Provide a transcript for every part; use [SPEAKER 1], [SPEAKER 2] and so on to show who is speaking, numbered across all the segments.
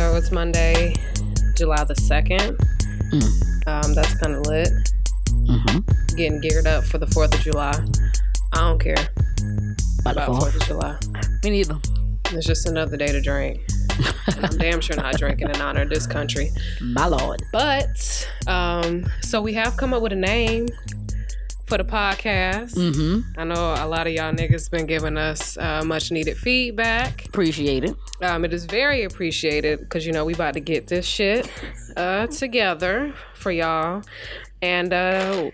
[SPEAKER 1] Sunday, July the 2nd.
[SPEAKER 2] Hmm.
[SPEAKER 1] Um, that's kind of lit.
[SPEAKER 2] Mm-hmm.
[SPEAKER 1] Getting geared up for the 4th of July. I don't care
[SPEAKER 2] By the
[SPEAKER 1] about
[SPEAKER 2] fall.
[SPEAKER 1] 4th of July.
[SPEAKER 2] Me neither.
[SPEAKER 1] It's just another day to drink. And I'm damn sure not drinking in honor of this country.
[SPEAKER 2] My lord.
[SPEAKER 1] But, um, so we have come up with a name for the podcast.
[SPEAKER 2] Mm-hmm.
[SPEAKER 1] I know a lot of y'all niggas been giving us uh, much needed feedback.
[SPEAKER 2] Appreciate it.
[SPEAKER 1] Um, it is very appreciated because you know we about to get this shit uh, together for y'all, and uh,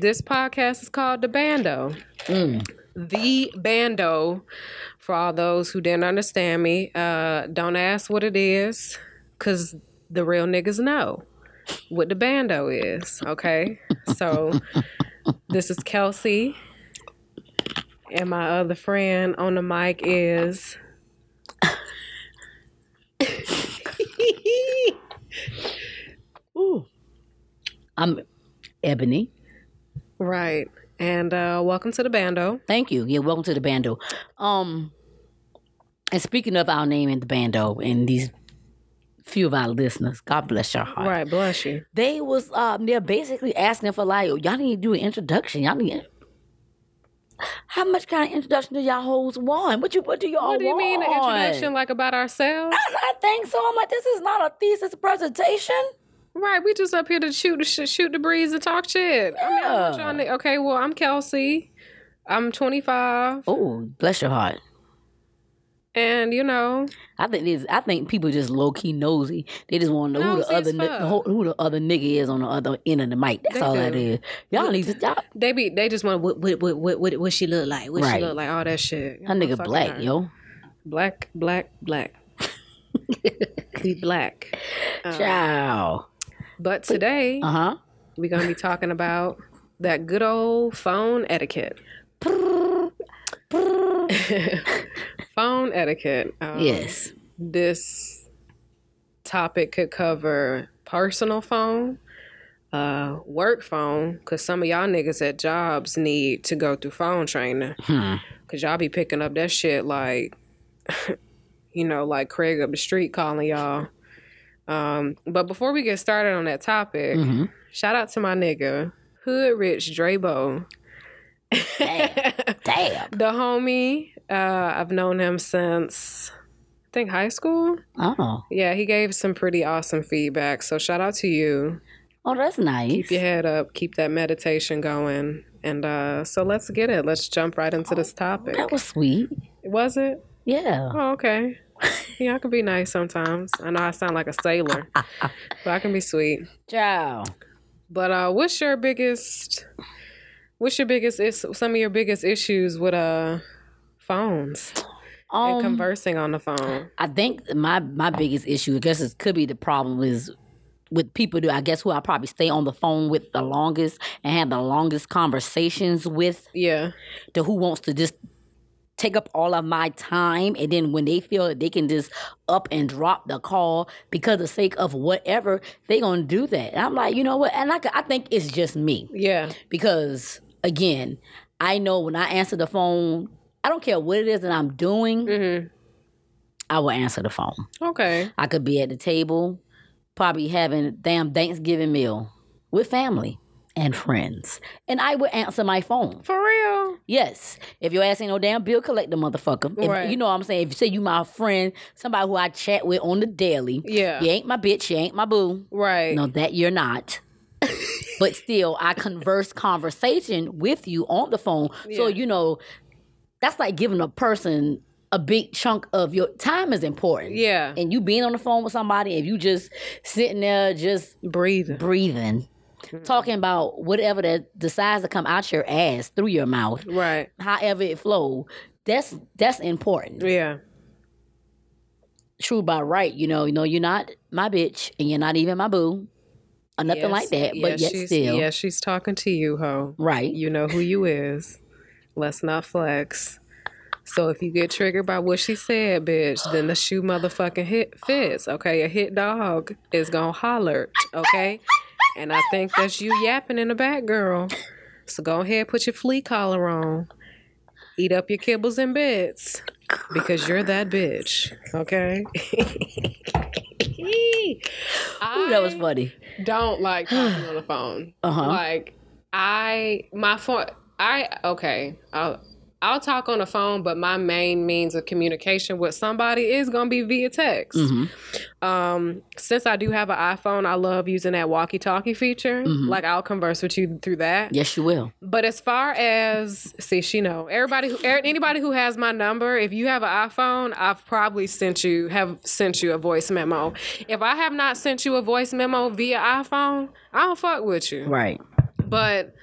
[SPEAKER 1] this podcast is called the Bando.
[SPEAKER 2] Mm.
[SPEAKER 1] The Bando. For all those who didn't understand me, uh, don't ask what it is, cause the real niggas know what the Bando is. Okay, so this is Kelsey, and my other friend on the mic is.
[SPEAKER 2] Ooh. I'm Ebony.
[SPEAKER 1] Right. And uh, welcome to the bando.
[SPEAKER 2] Thank you. Yeah, welcome to the bando. Um, and speaking of our name in the bando and these few of our listeners, God bless your heart.
[SPEAKER 1] Right, bless you.
[SPEAKER 2] They was um, they're basically asking for like, y'all need to do an introduction. Y'all need. How much kind of introduction do y'all hoes want? What you what do y'all want?
[SPEAKER 1] What do you mean an introduction like about ourselves?
[SPEAKER 2] I, I think so. I'm like, this is not a thesis presentation.
[SPEAKER 1] right, we just up here to shoot the sh- shoot the breeze and talk shit. I mean, I'm
[SPEAKER 2] Yeah.
[SPEAKER 1] trying to, okay, well, I'm Kelsey. I'm 25
[SPEAKER 2] Oh, bless your heart.
[SPEAKER 1] and you know,
[SPEAKER 2] I think these, I think people just low key nosy. They just want to know who the
[SPEAKER 1] Nosy as
[SPEAKER 2] other ni-
[SPEAKER 1] fuck.
[SPEAKER 2] who, who the other nigga is on the other end of the mic. That's
[SPEAKER 1] They
[SPEAKER 2] all
[SPEAKER 1] do.
[SPEAKER 2] that is. Y'all need to y'all,
[SPEAKER 1] they be they just want what what what what what, what she look like? What
[SPEAKER 2] Right.
[SPEAKER 1] she look like? All that shit.
[SPEAKER 2] that nigga black,
[SPEAKER 1] yo.
[SPEAKER 2] yo.
[SPEAKER 1] Black, black, black. be black. Uh,
[SPEAKER 2] Ciao.
[SPEAKER 1] but today
[SPEAKER 2] Uh huh.
[SPEAKER 1] we're gonna be talking about that good old phone etiquette. phone etiquette. Um,
[SPEAKER 2] Yes.
[SPEAKER 1] This topic could cover personal phone, uh, work phone, because some of y'all niggas at jobs need to go through phone training.
[SPEAKER 2] Hmm.
[SPEAKER 1] Because y'all be picking up that shit like, you know, like Craig up the street calling y'all. Um, but before we get started on that topic,
[SPEAKER 2] hmm
[SPEAKER 1] shout out to my nigga, Hood Rich Drabo.
[SPEAKER 2] Damn. Damn.
[SPEAKER 1] the homie. Uh, I've known him since I think high school.
[SPEAKER 2] Oh.
[SPEAKER 1] Yeah, he gave some pretty awesome feedback. So shout out to you.
[SPEAKER 2] Oh, that's
[SPEAKER 1] Keep
[SPEAKER 2] nice.
[SPEAKER 1] your head up. Keep that meditation going. And uh, so let's get it. Let's jump right into this topic.
[SPEAKER 2] That was sweet.
[SPEAKER 1] Was it?
[SPEAKER 2] Yeah.
[SPEAKER 1] Oh, okay. Yeah, I can be nice sometimes. I know I sound like a sailor, but I can be sweet.
[SPEAKER 2] Ciao.
[SPEAKER 1] But uh, what's your biggest? What's your biggest? Is some of your biggest issues with uh phones and
[SPEAKER 2] Um,
[SPEAKER 1] conversing on the phone?
[SPEAKER 2] I think my my biggest issue, I guess, it could be the problem is with people who I guess who I probably stay on the phone with the longest and have the longest conversations with.
[SPEAKER 1] Yeah.
[SPEAKER 2] to who wants to just take up all of my time and then when they feel they can just up and drop the call because the sake of whatever they gonna do that and i'm like you know what and i, c- I think it's just me
[SPEAKER 1] Yeah.
[SPEAKER 2] because again i know when i answer the phone i don't care what it is that i'm doing
[SPEAKER 1] Mm-hmm.
[SPEAKER 2] i will answer the phone
[SPEAKER 1] Okay.
[SPEAKER 2] i could be at the table probably having a damn thanksgiving meal with family and friends and i will answer my phone
[SPEAKER 1] For real.
[SPEAKER 2] Yes. If your ass ain't no damn bill collector, motherfucker. If,
[SPEAKER 1] Right.
[SPEAKER 2] You know what I'm saying? If you say you my friend, somebody who I chat with on the daily,
[SPEAKER 1] Yeah.
[SPEAKER 2] you ain't my bitch, you ain't my boo.
[SPEAKER 1] Right.
[SPEAKER 2] No, that you're not. but still, I converse conversation with you on the phone. So,
[SPEAKER 1] Yeah.
[SPEAKER 2] you know, that's like giving a person a big chunk of your time is important.
[SPEAKER 1] Yeah.
[SPEAKER 2] And you being on the phone with somebody, if you just sitting there just
[SPEAKER 1] Breathing.
[SPEAKER 2] breathing,
[SPEAKER 1] Mm-hmm.
[SPEAKER 2] talking about whatever that decides to come out your ass through your mouth,
[SPEAKER 1] Right.
[SPEAKER 2] however it flow. That's that's important.
[SPEAKER 1] Yeah.
[SPEAKER 2] True by right, you know, you know, you're not my bitch and you're not even my boo. Or nothing
[SPEAKER 1] Yes.
[SPEAKER 2] like that.
[SPEAKER 1] Yeah,
[SPEAKER 2] But yet
[SPEAKER 1] she's,
[SPEAKER 2] still.
[SPEAKER 1] Yeah, she's talking to you, ho.
[SPEAKER 2] Right.
[SPEAKER 1] You know who you is. Let's not flex. So if you get triggered by what she said, bitch, then the shoe motherfucking hit fits. Okay, a hit dog is gonna holler. Okay, and I think that's you yapping in the back, girl. So go ahead, put your flea collar on. Eat up your kibbles and bits. because you're that bitch. Okay.
[SPEAKER 2] Ooh, that was funny.
[SPEAKER 1] don't like talking on the phone.
[SPEAKER 2] Uh-huh.
[SPEAKER 1] Like I my phone I okay. I'll I'll talk on the phone, but my main means of communication with somebody is gonna be via text.
[SPEAKER 2] Mm-hmm.
[SPEAKER 1] Um, since I do have an iPhone, I love using that walkie-talkie feature. Like I'll converse with you through that.
[SPEAKER 2] Yes, you will.
[SPEAKER 1] But as far as see, she know everybody, who, er- anybody who has my number. If you have an iPhone, I've probably sent you have sent you a voice memo. If I have not sent you a voice memo via iPhone, I don't fuck with you.
[SPEAKER 2] Right.
[SPEAKER 1] But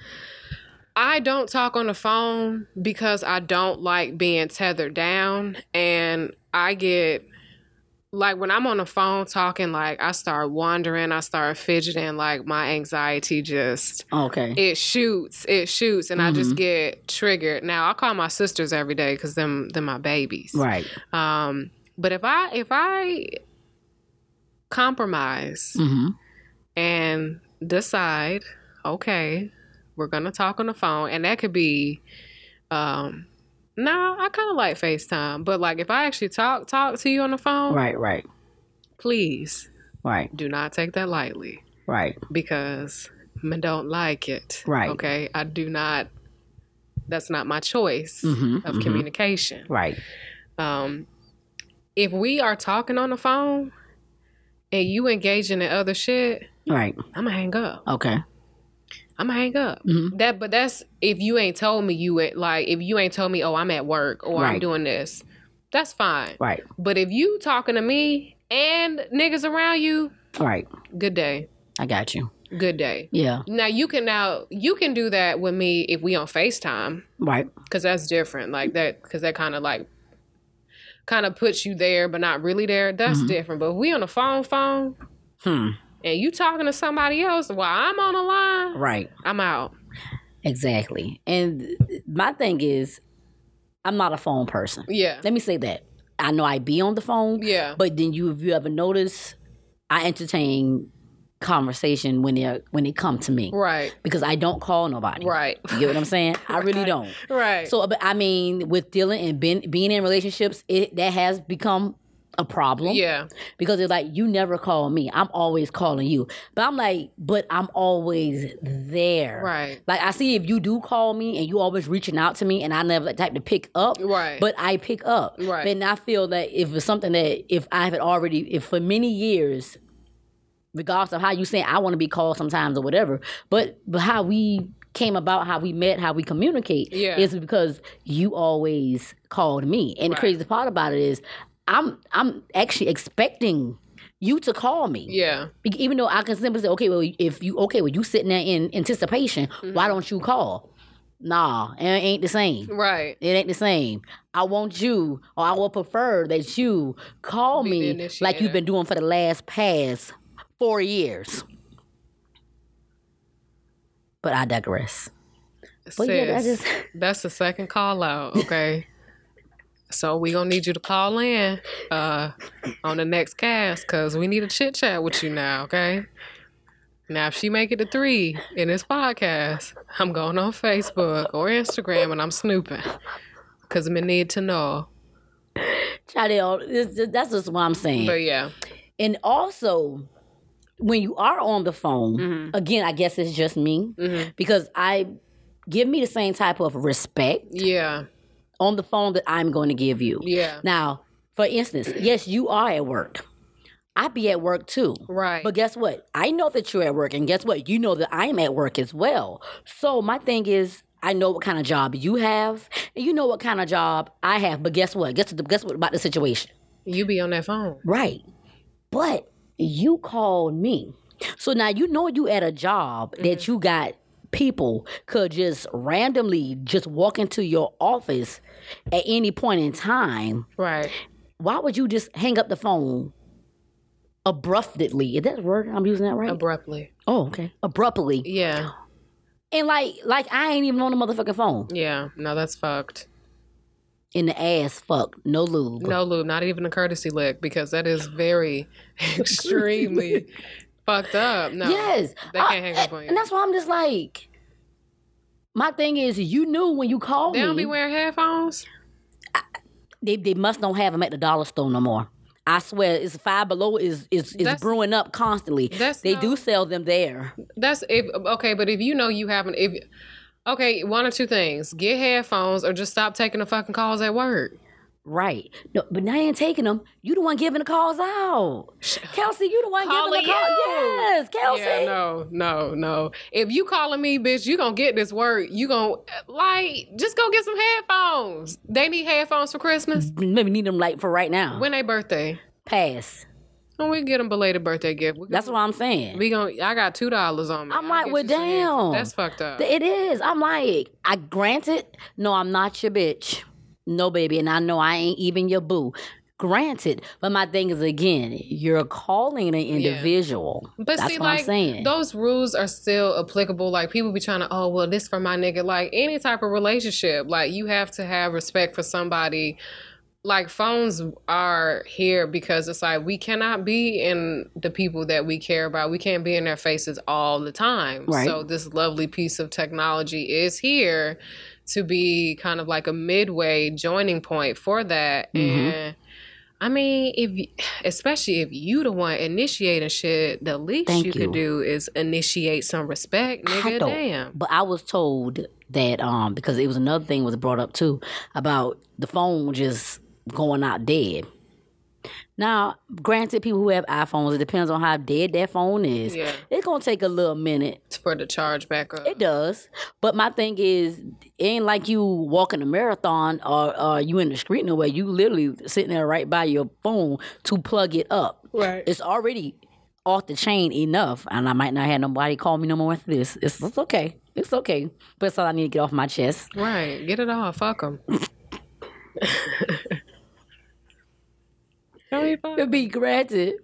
[SPEAKER 1] I don't talk on the phone because I don't like being tethered down, and I get. Like when I'm on the phone talking, like I start wandering, I start fidgeting, like my anxiety just
[SPEAKER 2] Okay.
[SPEAKER 1] it shoots, it shoots, and I just get triggered. Now I call my sisters every day because them they're my babies.
[SPEAKER 2] right.
[SPEAKER 1] Um, but if I if I compromise
[SPEAKER 2] Mm-hmm.
[SPEAKER 1] and decide, okay, we're gonna talk on the phone, and that could be, um, no, I kind of like Facetime, but like if I actually talk talk to you on the phone,
[SPEAKER 2] Right. Right.
[SPEAKER 1] please
[SPEAKER 2] Right.
[SPEAKER 1] do not take that lightly
[SPEAKER 2] Right.
[SPEAKER 1] because I don't like it.
[SPEAKER 2] Right.
[SPEAKER 1] Okay. I do not. That's not my choice
[SPEAKER 2] Mhm,
[SPEAKER 1] of
[SPEAKER 2] mhm.
[SPEAKER 1] communication.
[SPEAKER 2] Right.
[SPEAKER 1] Um, if we are talking on the phone and you engaging in other shit,
[SPEAKER 2] Right.
[SPEAKER 1] I'm gonna hang up.
[SPEAKER 2] Okay.
[SPEAKER 1] I'm gonna hang up.
[SPEAKER 2] Mhm.
[SPEAKER 1] That, but that's if you ain't told me you ain't like if you ain't told me oh I'm at work or I'm
[SPEAKER 2] Right.
[SPEAKER 1] doing this, that's fine.
[SPEAKER 2] Right.
[SPEAKER 1] But if you talking to me and niggas around you,
[SPEAKER 2] Right.
[SPEAKER 1] good day,
[SPEAKER 2] I got you.
[SPEAKER 1] good day.
[SPEAKER 2] Yeah.
[SPEAKER 1] Now you can now you can do that with me if we on FaceTime
[SPEAKER 2] Right.
[SPEAKER 1] because that's different. Like that because that kind of like kind of puts you there but not really there. That's
[SPEAKER 2] Mm-hmm.
[SPEAKER 1] different. But if we on the phone phone
[SPEAKER 2] Hmm.
[SPEAKER 1] and you talking to somebody else while I'm on the line,
[SPEAKER 2] Right.
[SPEAKER 1] I'm out.
[SPEAKER 2] Exactly. And my thing is, I'm not a phone person.
[SPEAKER 1] Yeah,
[SPEAKER 2] Let me say that. I know I be on the phone.
[SPEAKER 1] yeah,
[SPEAKER 2] But then you, if you ever notice, I entertain conversation when they when they come to me
[SPEAKER 1] right,
[SPEAKER 2] because I don't call nobody.
[SPEAKER 1] right,
[SPEAKER 2] You get what I'm saying? I really don't.
[SPEAKER 1] right.
[SPEAKER 2] So, but I mean, with dealing and being, being in relationships, it that has become a problem
[SPEAKER 1] yeah,
[SPEAKER 2] because it's like you never call me. I'm always calling you. But I'm like, but I'm always there.
[SPEAKER 1] Right.
[SPEAKER 2] Like I see if you do call me and you always reaching out to me and I never like type to pick up.
[SPEAKER 1] Right.
[SPEAKER 2] But I pick up.
[SPEAKER 1] Right.
[SPEAKER 2] And I feel that if it's something that if I haven't already if for many years, regardless of how you saying I want to be called sometimes or whatever, but but how we came about how we met how we communicate
[SPEAKER 1] Yeah.
[SPEAKER 2] is because you always called me and the
[SPEAKER 1] Right.
[SPEAKER 2] crazy part about it is i'm i'm actually expecting you to call me
[SPEAKER 1] yeah,
[SPEAKER 2] Be- even though i can simply say okay well if you okay well you sitting there in anticipation
[SPEAKER 1] Mm-hmm.
[SPEAKER 2] why don't you call nah it ain't the same
[SPEAKER 1] right.
[SPEAKER 2] it ain't the same. I want you, or I would prefer that you call
[SPEAKER 1] Be the
[SPEAKER 2] me like
[SPEAKER 1] initiator.
[SPEAKER 2] you've been doing for the last past four years. But I digress. But yeah, I
[SPEAKER 1] Sis,
[SPEAKER 2] just-
[SPEAKER 1] that's the second call out. Okay. So we gonna need you to call in uh, on the next cast because we need a chit chat with you now. Okay. Now if she make it to three in this podcast, I'm going on Facebook or Instagram and I'm snooping because I'm in need to know.
[SPEAKER 2] Chadell, it's just- that's just what I'm saying.
[SPEAKER 1] But yeah,
[SPEAKER 2] And also, when you are on the phone,
[SPEAKER 1] Mm-hmm.
[SPEAKER 2] again, I guess it's just me because I give me the same type of respect
[SPEAKER 1] yeah,
[SPEAKER 2] on the phone that I'm going to give you.
[SPEAKER 1] yeah,
[SPEAKER 2] Now, for instance, yes, you are at work. I be at work too.
[SPEAKER 1] right,
[SPEAKER 2] But guess what? I know that you're at work, and guess what? You know that I am at work as well. So my thing is, I know what kind of job you have, and you know what kind of job I have. But guess what? Guess guess what about the situation?
[SPEAKER 1] you be on that phone,
[SPEAKER 2] Right. But you called me. So now you know you at a job that
[SPEAKER 1] Mm-hmm.
[SPEAKER 2] you got people could just randomly just walk into your office at any point in time
[SPEAKER 1] right?
[SPEAKER 2] why would you just hang up the phone abruptly? Is that the word I'm using that right?
[SPEAKER 1] Abruptly,
[SPEAKER 2] oh, okay. Abruptly.
[SPEAKER 1] yeah,
[SPEAKER 2] And like like I ain't even on the motherfucking phone.
[SPEAKER 1] yeah. No, that's fucked.
[SPEAKER 2] In the ass fuck. No lube.
[SPEAKER 1] No, Lou, not even a courtesy lick because that is very extremely fucked up. No.
[SPEAKER 2] Yes.
[SPEAKER 1] They can't hang up on you.
[SPEAKER 2] And that's why I'm just like my thing is you knew when you called
[SPEAKER 1] They don't
[SPEAKER 2] me.
[SPEAKER 1] be wearing headphones?
[SPEAKER 2] They they must don't have them at the dollar store no more. I swear, it's five below is is, is
[SPEAKER 1] That's-
[SPEAKER 2] brewing up constantly.
[SPEAKER 1] that's
[SPEAKER 2] They
[SPEAKER 1] no-
[SPEAKER 2] do sell them there.
[SPEAKER 1] That's if okay, but if you know you haven't, if okay, one or two things: get headphones or just stop taking the fucking calls at work.
[SPEAKER 2] Right. No, but now you ain't taking them. You the one giving the calls out. Kelsey, you the one
[SPEAKER 1] Calling
[SPEAKER 2] giving the call.
[SPEAKER 1] you.
[SPEAKER 2] Yes, Kelsey.
[SPEAKER 1] Yeah, no, no, no. If you calling me, bitch, you gonna get this work. You gonna like just go get some headphones. They need headphones for Christmas.
[SPEAKER 2] Maybe need them like for right now.
[SPEAKER 1] When they birthday,
[SPEAKER 2] Pass.
[SPEAKER 1] when we get them belated birthday gift, we
[SPEAKER 2] That's what I'm saying.
[SPEAKER 1] we gonna. I got two dollars on me.
[SPEAKER 2] I'm
[SPEAKER 1] I'll
[SPEAKER 2] like,
[SPEAKER 1] get
[SPEAKER 2] well,
[SPEAKER 1] you some headphones.
[SPEAKER 2] damn.
[SPEAKER 1] that's fucked up.
[SPEAKER 2] It is. I'm like, I granted, no, I'm not your bitch. No, baby, and I know I ain't even your boo. Granted, but my thing is again, you're calling an individual.
[SPEAKER 1] But
[SPEAKER 2] That's
[SPEAKER 1] see,
[SPEAKER 2] what
[SPEAKER 1] like
[SPEAKER 2] I'm saying.
[SPEAKER 1] those rules are still applicable. Like people be trying to, oh well, this for my nigga. Like any type of relationship, like you have to have respect for somebody. Like phones are here because it's like we cannot be in the people that we care about. We can't be in their faces all the time.
[SPEAKER 2] Right.
[SPEAKER 1] So this lovely piece of technology is here to be kind of like a midway joining point for that.
[SPEAKER 2] Mhm.
[SPEAKER 1] And I mean, if y- especially if you the one initiating shit, the least
[SPEAKER 2] Thank
[SPEAKER 1] you,
[SPEAKER 2] you.
[SPEAKER 1] could do is initiate some respect, nigga.
[SPEAKER 2] don't-
[SPEAKER 1] Damn.
[SPEAKER 2] But I was told that um because it was another thing was brought up too about the phone just going out dead. Now, granted, people who have iPhones, it depends on how dead that phone is.
[SPEAKER 1] Yeah.
[SPEAKER 2] It's gonna take a little minute
[SPEAKER 1] It's for the charge back up.
[SPEAKER 2] It does. But my thing is, it ain't like you walking a marathon or, or you in the street no way. You literally sitting there right by your phone to plug it up.
[SPEAKER 1] Right.
[SPEAKER 2] It's already off the chain enough. And I might not have nobody call me no more after this. It's, it's okay. It's okay. But it's all I need to get off my chest.
[SPEAKER 1] Right. Get it off. Fuck them.
[SPEAKER 2] It'd be granted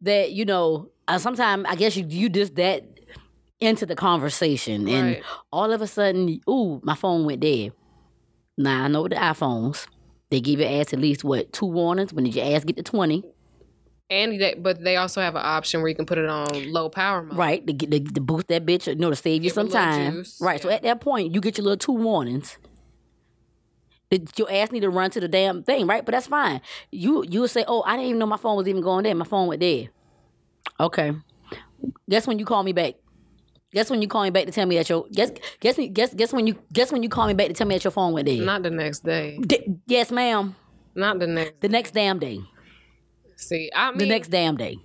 [SPEAKER 2] that, you know, uh, sometimes I guess you, you just that into the conversation. And
[SPEAKER 1] Right.
[SPEAKER 2] all of a sudden, ooh, my phone went dead. Now I know with the iPhones, they give your ass at least what two warnings. When did your ass get to twenty?
[SPEAKER 1] And they, but they also have an option where you can put it on low power mode.
[SPEAKER 2] Right, to, get, to, to boost that bitch, you know, to save you
[SPEAKER 1] Give it a
[SPEAKER 2] some
[SPEAKER 1] little
[SPEAKER 2] time.
[SPEAKER 1] juice,
[SPEAKER 2] right, so
[SPEAKER 1] yeah.
[SPEAKER 2] at that point, you get your little two warnings. That Your ass need to run to the damn thing, right? But that's fine. You you would say, "Oh, I didn't even know my phone was even going dead. My phone went dead." Okay, guess when you call me back. Guess when you call me back to tell me that your guess guess me- guess guess when you guess when you call me back to tell me that your phone went dead.
[SPEAKER 1] Not the next day.
[SPEAKER 2] D- yes, ma'am.
[SPEAKER 1] Not the next.
[SPEAKER 2] The next damn day.
[SPEAKER 1] See, I mean,
[SPEAKER 2] The next damn day.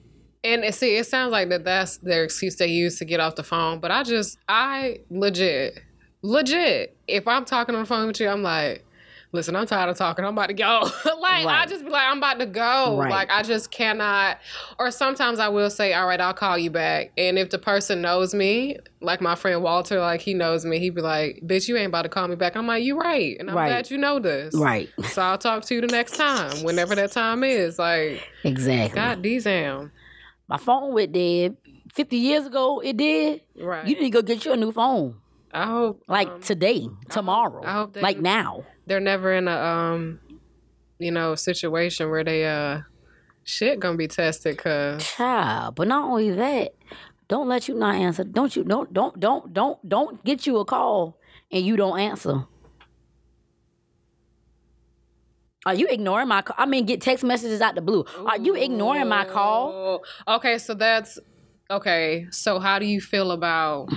[SPEAKER 1] And it- see, it sounds like that that's their excuse they use to get off the phone. But I just, I legit, legit, if I'm talking on the phone with you, I'm like, listen, I'm tired of talking. I'm about to go. like, I
[SPEAKER 2] Right.
[SPEAKER 1] just be like, I'm about to go.
[SPEAKER 2] Right.
[SPEAKER 1] Like, I just cannot. Or sometimes I will say, all right, I'll call you back. And if the person knows me, like my friend Walter, like he knows me, he'd be like, bitch, you ain't about to call me back. I'm like, you right. And I'm
[SPEAKER 2] Right.
[SPEAKER 1] glad you know this.
[SPEAKER 2] Right.
[SPEAKER 1] So I'll talk to you the next time, whenever that time is. Like,
[SPEAKER 2] Exactly.
[SPEAKER 1] God damn.
[SPEAKER 2] My phone went dead. Fifty years ago, it did.
[SPEAKER 1] Right.
[SPEAKER 2] You need to go get you a new phone,
[SPEAKER 1] I hope
[SPEAKER 2] like today, tomorrow,
[SPEAKER 1] Um, I hope they-
[SPEAKER 2] like now.
[SPEAKER 1] they're never in a um, you know, situation where they uh shit gonna be tested. Cause
[SPEAKER 2] Child, but not only that, don't let you not answer. Don't you don't don't don't don't don't get you a call and you don't answer. Are you ignoring my call? I mean, get text messages out the blue. Are you ignoring my call?
[SPEAKER 1] okay, so that's okay. So how do you feel about?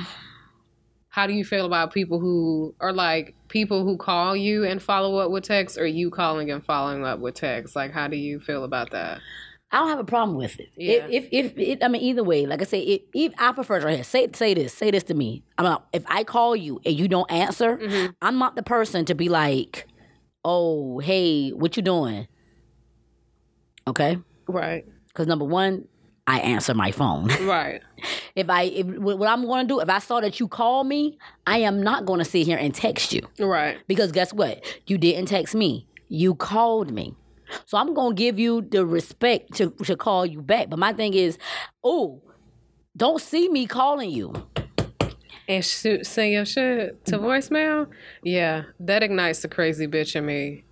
[SPEAKER 1] How do you feel about people who are like people who call you and follow up with text, or you calling and following up with text? Like, how do you feel about that?
[SPEAKER 2] I don't have a problem with it.
[SPEAKER 1] Yeah.
[SPEAKER 2] If, if if it, I mean either way, like I say, it, if I prefer to say say this, say this to me. I'm not, if I call you and you don't answer, I'm not the person to be like, "Oh, hey, what you doing?" Okay,
[SPEAKER 1] Right,
[SPEAKER 2] because number one, I answer my phone.
[SPEAKER 1] right,
[SPEAKER 2] if I if, what I'm going to do, if I saw that you call me, I am not going to sit here and text you.
[SPEAKER 1] right.
[SPEAKER 2] Because guess what? You didn't text me. You called me. So I'm gonna give you the respect to, to call you back. But my thing is, oh, don't see me calling you.
[SPEAKER 1] and shoot, send your shit
[SPEAKER 2] Mm-hmm.
[SPEAKER 1] to voicemail. Yeah, that ignites the crazy bitch in me.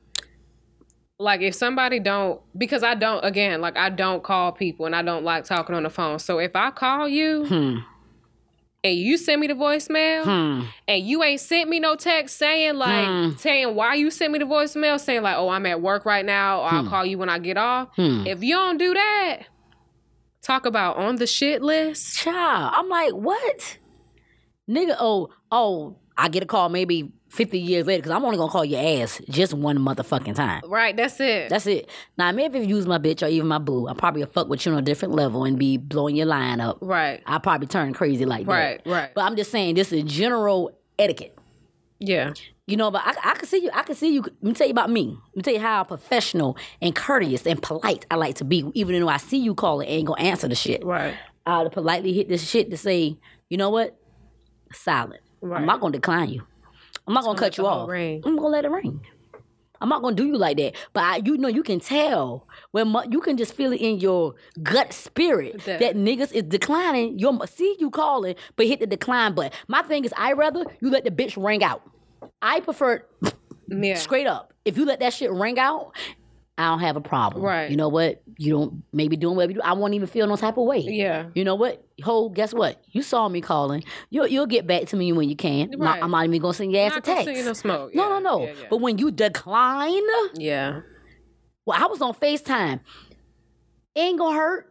[SPEAKER 1] Like if somebody don't, because I don't again, like I don't call people and I don't like talking on the phone. So if I call you, and you send me the voicemail
[SPEAKER 2] Hmm.
[SPEAKER 1] and you ain't sent me no text saying like
[SPEAKER 2] Hmm.
[SPEAKER 1] saying why you sent me the voicemail saying like oh I'm at work right now or I'll call you when I get off.
[SPEAKER 2] Hmm.
[SPEAKER 1] If you don't do that, talk about on the shit list.
[SPEAKER 2] Child, I'm like, what? Nigga, oh, oh, I get a call maybe 50 years later because I'm only gonna call your ass just one motherfucking time.
[SPEAKER 1] Right, that's it.
[SPEAKER 2] That's it. Now, maybe if you was my bitch or even my boo, I probably fuck with you on a different level and be blowing your line up.
[SPEAKER 1] right.
[SPEAKER 2] I probably turn crazy like
[SPEAKER 1] Right,
[SPEAKER 2] that.
[SPEAKER 1] right.
[SPEAKER 2] But I'm just saying, this is general etiquette.
[SPEAKER 1] Yeah.
[SPEAKER 2] You know, but I, I can see you. I can see you. Let me tell you about me. Let me tell you how professional and courteous and polite I like to be. Even though I see you calling and ain't gonna answer the shit,
[SPEAKER 1] Right.
[SPEAKER 2] I'll uh, politely hit this shit to say, you know what? Silent.
[SPEAKER 1] Right.
[SPEAKER 2] I'm not gonna decline you. I'm not gonna,
[SPEAKER 1] gonna let
[SPEAKER 2] cut you
[SPEAKER 1] the whole
[SPEAKER 2] off.
[SPEAKER 1] ring.
[SPEAKER 2] I'm gonna let it ring. I'm not gonna do you like that. But I, you know, you can tell when mu- you can just feel it in your gut spirit
[SPEAKER 1] That-
[SPEAKER 2] that, niggas is declining. Your mu- see you calling, but hit the decline button. My thing is, I rather you let the bitch ring out. I prefer
[SPEAKER 1] Yeah.
[SPEAKER 2] straight up. If you let that shit ring out, I don't have a problem.
[SPEAKER 1] Right.
[SPEAKER 2] You know what? You don't maybe doing whatever you do. I won't even feel no type of way.
[SPEAKER 1] Yeah.
[SPEAKER 2] You know what? Ho, guess what? You saw me calling. You'll you'll get back to me when you can. Not-
[SPEAKER 1] Right.
[SPEAKER 2] I'm not even gonna send your ass
[SPEAKER 1] Not
[SPEAKER 2] a text.
[SPEAKER 1] consuming no smoke.
[SPEAKER 2] No,
[SPEAKER 1] Yeah,
[SPEAKER 2] no, no.
[SPEAKER 1] Yeah. yeah.
[SPEAKER 2] But when you decline,
[SPEAKER 1] yeah.
[SPEAKER 2] well, I was on FaceTime. Ain't gonna hurt.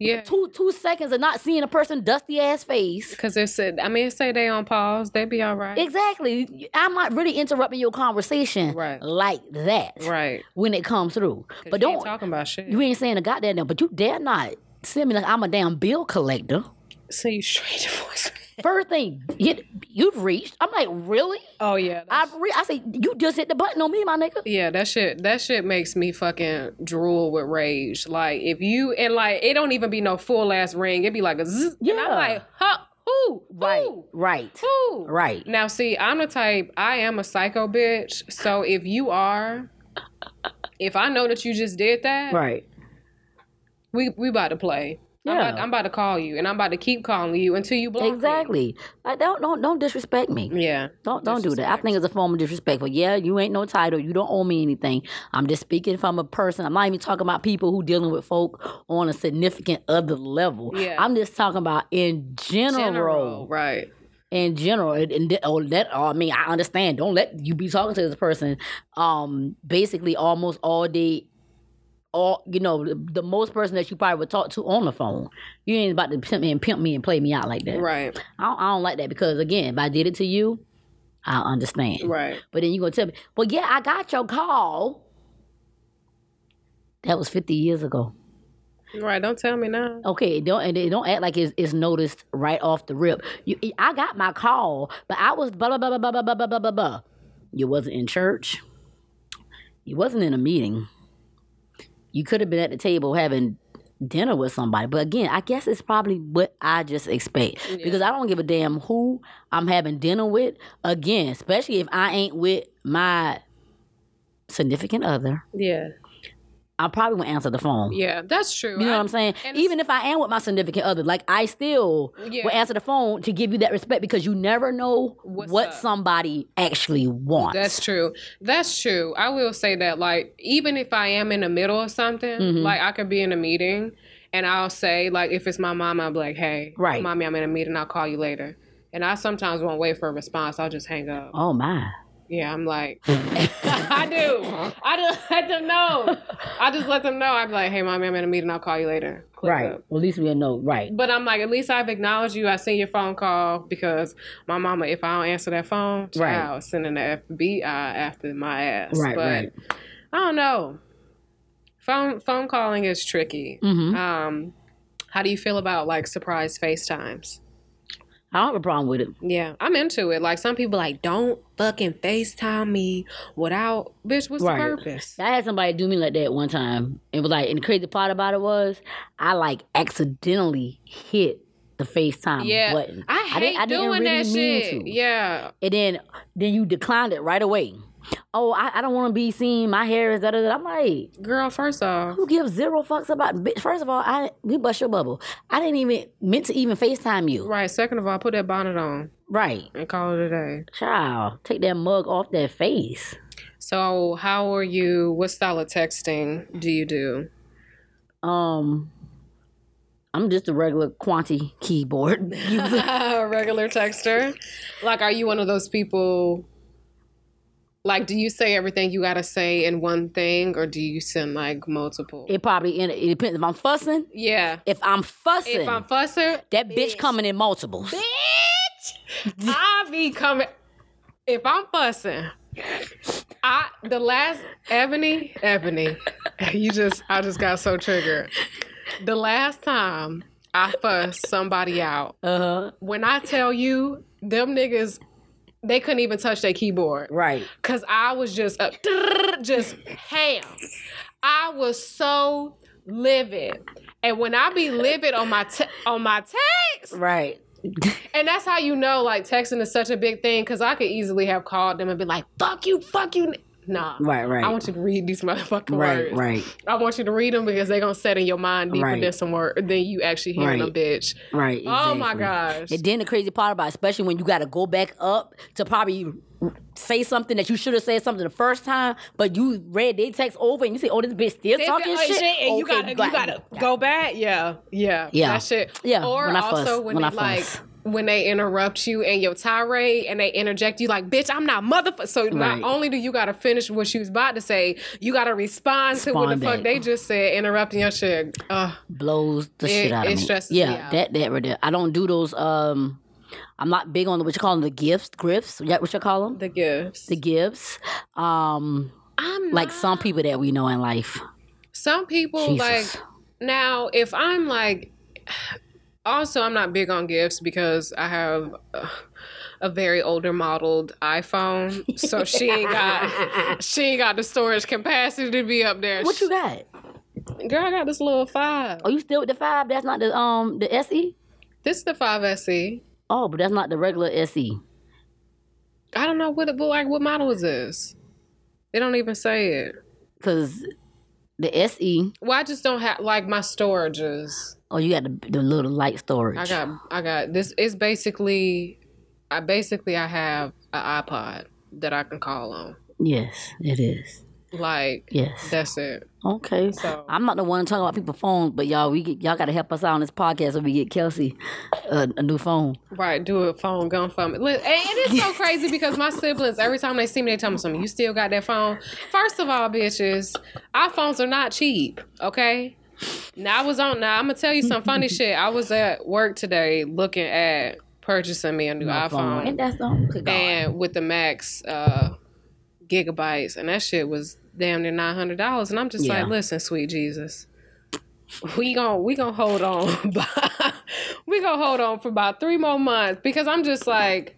[SPEAKER 1] Yeah.
[SPEAKER 2] Two two seconds of not seeing a person dusty ass face.
[SPEAKER 1] Cause they said, I mean, say they on pause, they be all right.
[SPEAKER 2] Exactly. I'm not really interrupting your conversation
[SPEAKER 1] Right.
[SPEAKER 2] like that
[SPEAKER 1] right.
[SPEAKER 2] when it comes through. But
[SPEAKER 1] You ain't
[SPEAKER 2] don't
[SPEAKER 1] talking about shit.
[SPEAKER 2] you ain't saying a goddamn thing, but you dare not send me like I'm a damn bill collector.
[SPEAKER 1] Send you straight to voice.
[SPEAKER 2] First thing you, you've reached. I'm like, really?
[SPEAKER 1] Oh yeah. that-
[SPEAKER 2] I re- I say you just hit the button on me, my nigga.
[SPEAKER 1] yeah, that shit that shit makes me fucking drool with rage. Like if you and like it don't even be no full ass ring. It be like a zzz. And
[SPEAKER 2] Yeah.
[SPEAKER 1] I'm like, huh who? Who?
[SPEAKER 2] right,
[SPEAKER 1] Who?
[SPEAKER 2] right.
[SPEAKER 1] Now see, I'm the type I am a psycho bitch. So if you are if I know that you just did that,
[SPEAKER 2] right.
[SPEAKER 1] we we about to play. I'm,
[SPEAKER 2] Yeah.
[SPEAKER 1] about, I'm about to call you and I'm about to keep calling you until you block me.
[SPEAKER 2] Exactly. Like don't don't don't disrespect me.
[SPEAKER 1] Yeah.
[SPEAKER 2] Don't don't do that. I think it's a form of disrespectful. Yeah, you ain't no title. You don't owe me anything. I'm just speaking from a person. I'm not even talking about people who dealing with folk on a significant other level.
[SPEAKER 1] Yeah.
[SPEAKER 2] I'm just talking about in general.
[SPEAKER 1] General, right.
[SPEAKER 2] In general, and, and that- oh, that oh, I mean, I understand. Don't let you be talking to this person, um, basically almost all day. All you know, the, the most person that you probably would talk to on the phone. You ain't about to pimp me and pimp me and play me out like that.
[SPEAKER 1] Right.
[SPEAKER 2] I don't, I don't like that because again, if I did it to you, I understand.
[SPEAKER 1] Right.
[SPEAKER 2] But then you gonna tell me, well, yeah, I got your call. That was fifty years ago.
[SPEAKER 1] Right. Don't tell me now.
[SPEAKER 2] Okay, don't and they don't act like it's, it's noticed right off the rip. You, I got my call, but I was blah blah blah blah blah blah blah blah blah. blah. You wasn't in church. You wasn't in a meeting. You could have been at the table having dinner with somebody. But again, I guess it's probably what I just expect because I don't give a damn who I'm having dinner with. Again, especially if I ain't with my significant other,
[SPEAKER 1] Yeah.
[SPEAKER 2] I probably won't answer the phone.
[SPEAKER 1] Yeah. That's true.
[SPEAKER 2] You know
[SPEAKER 1] I-
[SPEAKER 2] what I'm saying?
[SPEAKER 1] and
[SPEAKER 2] Even if I am with my significant other, like I still
[SPEAKER 1] Yeah.
[SPEAKER 2] will answer the phone to give you that respect because you never know
[SPEAKER 1] What's
[SPEAKER 2] what
[SPEAKER 1] up?
[SPEAKER 2] somebody actually wants.
[SPEAKER 1] That's true. That's true. I will say that, like, even if I am in the middle of something,
[SPEAKER 2] Mm-hmm.
[SPEAKER 1] like, I could be in a meeting and I'll say, like, if it's my mom, I'll be like, hey,
[SPEAKER 2] Right.
[SPEAKER 1] mommy, I'm in a meeting. I'll call you later. And I sometimes won't wait for a response. I'll just hang up.
[SPEAKER 2] oh my.
[SPEAKER 1] Yeah, I'm like, I do. I just let them know. I just let them know. I'd be like, hey, mommy, I'm in a meeting. I'll call you later. Click
[SPEAKER 2] Right.
[SPEAKER 1] up.
[SPEAKER 2] Well, at least we'll know. Right.
[SPEAKER 1] But I'm like, at least I've acknowledged you. I seen your phone call because my mama, if I don't answer that phone,
[SPEAKER 2] Right.
[SPEAKER 1] child, sending the FBI after my ass.
[SPEAKER 2] Right,
[SPEAKER 1] but
[SPEAKER 2] right.
[SPEAKER 1] I don't know. Phone phone calling is tricky.
[SPEAKER 2] Mm-hmm.
[SPEAKER 1] Um, how do you feel about like surprise FaceTimes?
[SPEAKER 2] I don't have a problem with it.
[SPEAKER 1] Yeah, I'm into it. Like some people like don't fucking FaceTime me without bitch. What's
[SPEAKER 2] Right.
[SPEAKER 1] the purpose?
[SPEAKER 2] I had somebody do me like that one time. It was like, and the crazy part about it was, I like accidentally hit the FaceTime
[SPEAKER 1] yeah,
[SPEAKER 2] button.
[SPEAKER 1] I hate
[SPEAKER 2] didn't- didn't
[SPEAKER 1] doing that
[SPEAKER 2] really mean
[SPEAKER 1] shit.
[SPEAKER 2] to.
[SPEAKER 1] Yeah,
[SPEAKER 2] and then then you declined it right away. Oh, I, I don't want to be seen. My hair is da da da. I'm like,
[SPEAKER 1] girl. First off,
[SPEAKER 2] who gives zero fucks about? Bitch, first of all, I you bust your bubble. I didn't even meant to even Facetime you.
[SPEAKER 1] right. Second of all, put that bonnet on
[SPEAKER 2] Right,
[SPEAKER 1] and call it a day.
[SPEAKER 2] child, take that mug off that face.
[SPEAKER 1] So, how are you? What style of texting do you do?
[SPEAKER 2] Um, I'm just a regular Quanti keyboard user.
[SPEAKER 1] regular texter. Like, are you one of those people? Like, do you say everything you gotta say in one thing, or do you send like multiple?
[SPEAKER 2] It probably in it depends if I'm fussing.
[SPEAKER 1] yeah.
[SPEAKER 2] If I'm fussing,
[SPEAKER 1] If I'm fussing,
[SPEAKER 2] that bitch coming in multiples.
[SPEAKER 1] bitch, I be coming. If I'm fussing, I the last Ebony, Ebony, you just I just got so triggered. The last time I fussed somebody out,
[SPEAKER 2] Uh huh.
[SPEAKER 1] when I tell you them niggas, they couldn't even touch their keyboard.
[SPEAKER 2] Right.
[SPEAKER 1] Cause I was just up, just ham. I was so livid, and when I be livid on my te- on my text,
[SPEAKER 2] Right.
[SPEAKER 1] and that's how you know like texting is such a big thing. Cause I could easily have called them and be like, "Fuck you, fuck you." Nah,
[SPEAKER 2] Right. Right.
[SPEAKER 1] I want you to read these motherfucking
[SPEAKER 2] right.
[SPEAKER 1] words.
[SPEAKER 2] Right.
[SPEAKER 1] I want you to read them because they're gonna set in your mind deeper
[SPEAKER 2] Right.
[SPEAKER 1] than some word than you actually hearing them,
[SPEAKER 2] Right.
[SPEAKER 1] bitch.
[SPEAKER 2] Right.
[SPEAKER 1] Oh my
[SPEAKER 2] exactly.
[SPEAKER 1] gosh.
[SPEAKER 2] And then the crazy part about, it, especially when you got to go back up to probably say something that you should have said something the first time, but you read their text over and you say, "Oh, this bitch still
[SPEAKER 1] They
[SPEAKER 2] talking
[SPEAKER 1] feel like
[SPEAKER 2] shit."
[SPEAKER 1] and you
[SPEAKER 2] Okay,
[SPEAKER 1] gotta, you gotta
[SPEAKER 2] got-
[SPEAKER 1] go back. Yeah, yeah,
[SPEAKER 2] Yeah.
[SPEAKER 1] That shit.
[SPEAKER 2] Yeah,
[SPEAKER 1] Or
[SPEAKER 2] when I
[SPEAKER 1] also
[SPEAKER 2] fuss,
[SPEAKER 1] when,
[SPEAKER 2] when I
[SPEAKER 1] they like
[SPEAKER 2] fuss.
[SPEAKER 1] when they interrupt you and your tirade and they interject you like, bitch, I'm not motherfucker. So
[SPEAKER 2] Right.
[SPEAKER 1] not only do you gotta finish what she was about to say, you gotta respond, to what
[SPEAKER 2] Respond
[SPEAKER 1] the fuck
[SPEAKER 2] back.
[SPEAKER 1] they just said, interrupting your shit. Uh,
[SPEAKER 2] blows the shit out of
[SPEAKER 1] it
[SPEAKER 2] me.
[SPEAKER 1] stresses me
[SPEAKER 2] yeah,
[SPEAKER 1] out.
[SPEAKER 2] that that right there. I don't do those. Um, I'm not big on the what you call them, the gifts, grifts. Yeah, what you call them?
[SPEAKER 1] the gifts.
[SPEAKER 2] The gifts. Um,
[SPEAKER 1] I'm
[SPEAKER 2] like
[SPEAKER 1] not-
[SPEAKER 2] some people that we know in life.
[SPEAKER 1] some people
[SPEAKER 2] Jesus.
[SPEAKER 1] like now if i'm like also i'm not big on gifts because i have uh, a very older modeled iphone so she ain't got she ain't got the storage capacity to be up there
[SPEAKER 2] What you got?
[SPEAKER 1] girl i got this little five
[SPEAKER 2] Are you still with the five? That's not the um the SE.
[SPEAKER 1] this is the five E. se
[SPEAKER 2] Oh, but that's not the regular E, SE.
[SPEAKER 1] i don't know what it but like what model is this they don't even say it
[SPEAKER 2] Cause the E SE,
[SPEAKER 1] well i just don't have like my storages
[SPEAKER 2] oh, you got the, the little light storage.
[SPEAKER 1] I got I got this it's basically I basically I have an iPod that I can call on.
[SPEAKER 2] Yes, it is.
[SPEAKER 1] Like
[SPEAKER 2] Yes.
[SPEAKER 1] that's it.
[SPEAKER 2] okay.
[SPEAKER 1] So
[SPEAKER 2] I'm not the one talking about people's phones, but y'all, we get, y'all got to help us out on this podcast so we get Kelsey uh, a, a new phone.
[SPEAKER 1] right, do a phone gun for me. Li- And, and it's so crazy because my siblings every time they see me they tell me something. You still got that phone? First of all, bitches, iPhones are not cheap. Okay. Now I was on. Now I'm gonna tell you some funny shit. I was at work today looking at purchasing me a new iPhone.
[SPEAKER 2] and that's the good God.
[SPEAKER 1] and with the max uh, gigabytes, and that shit was damn near nine hundred dollars. And I'm just
[SPEAKER 2] Yeah.
[SPEAKER 1] like, listen, sweet Jesus, we gon' we gonna hold on, by- we gonna hold on for about three more months because I'm just like.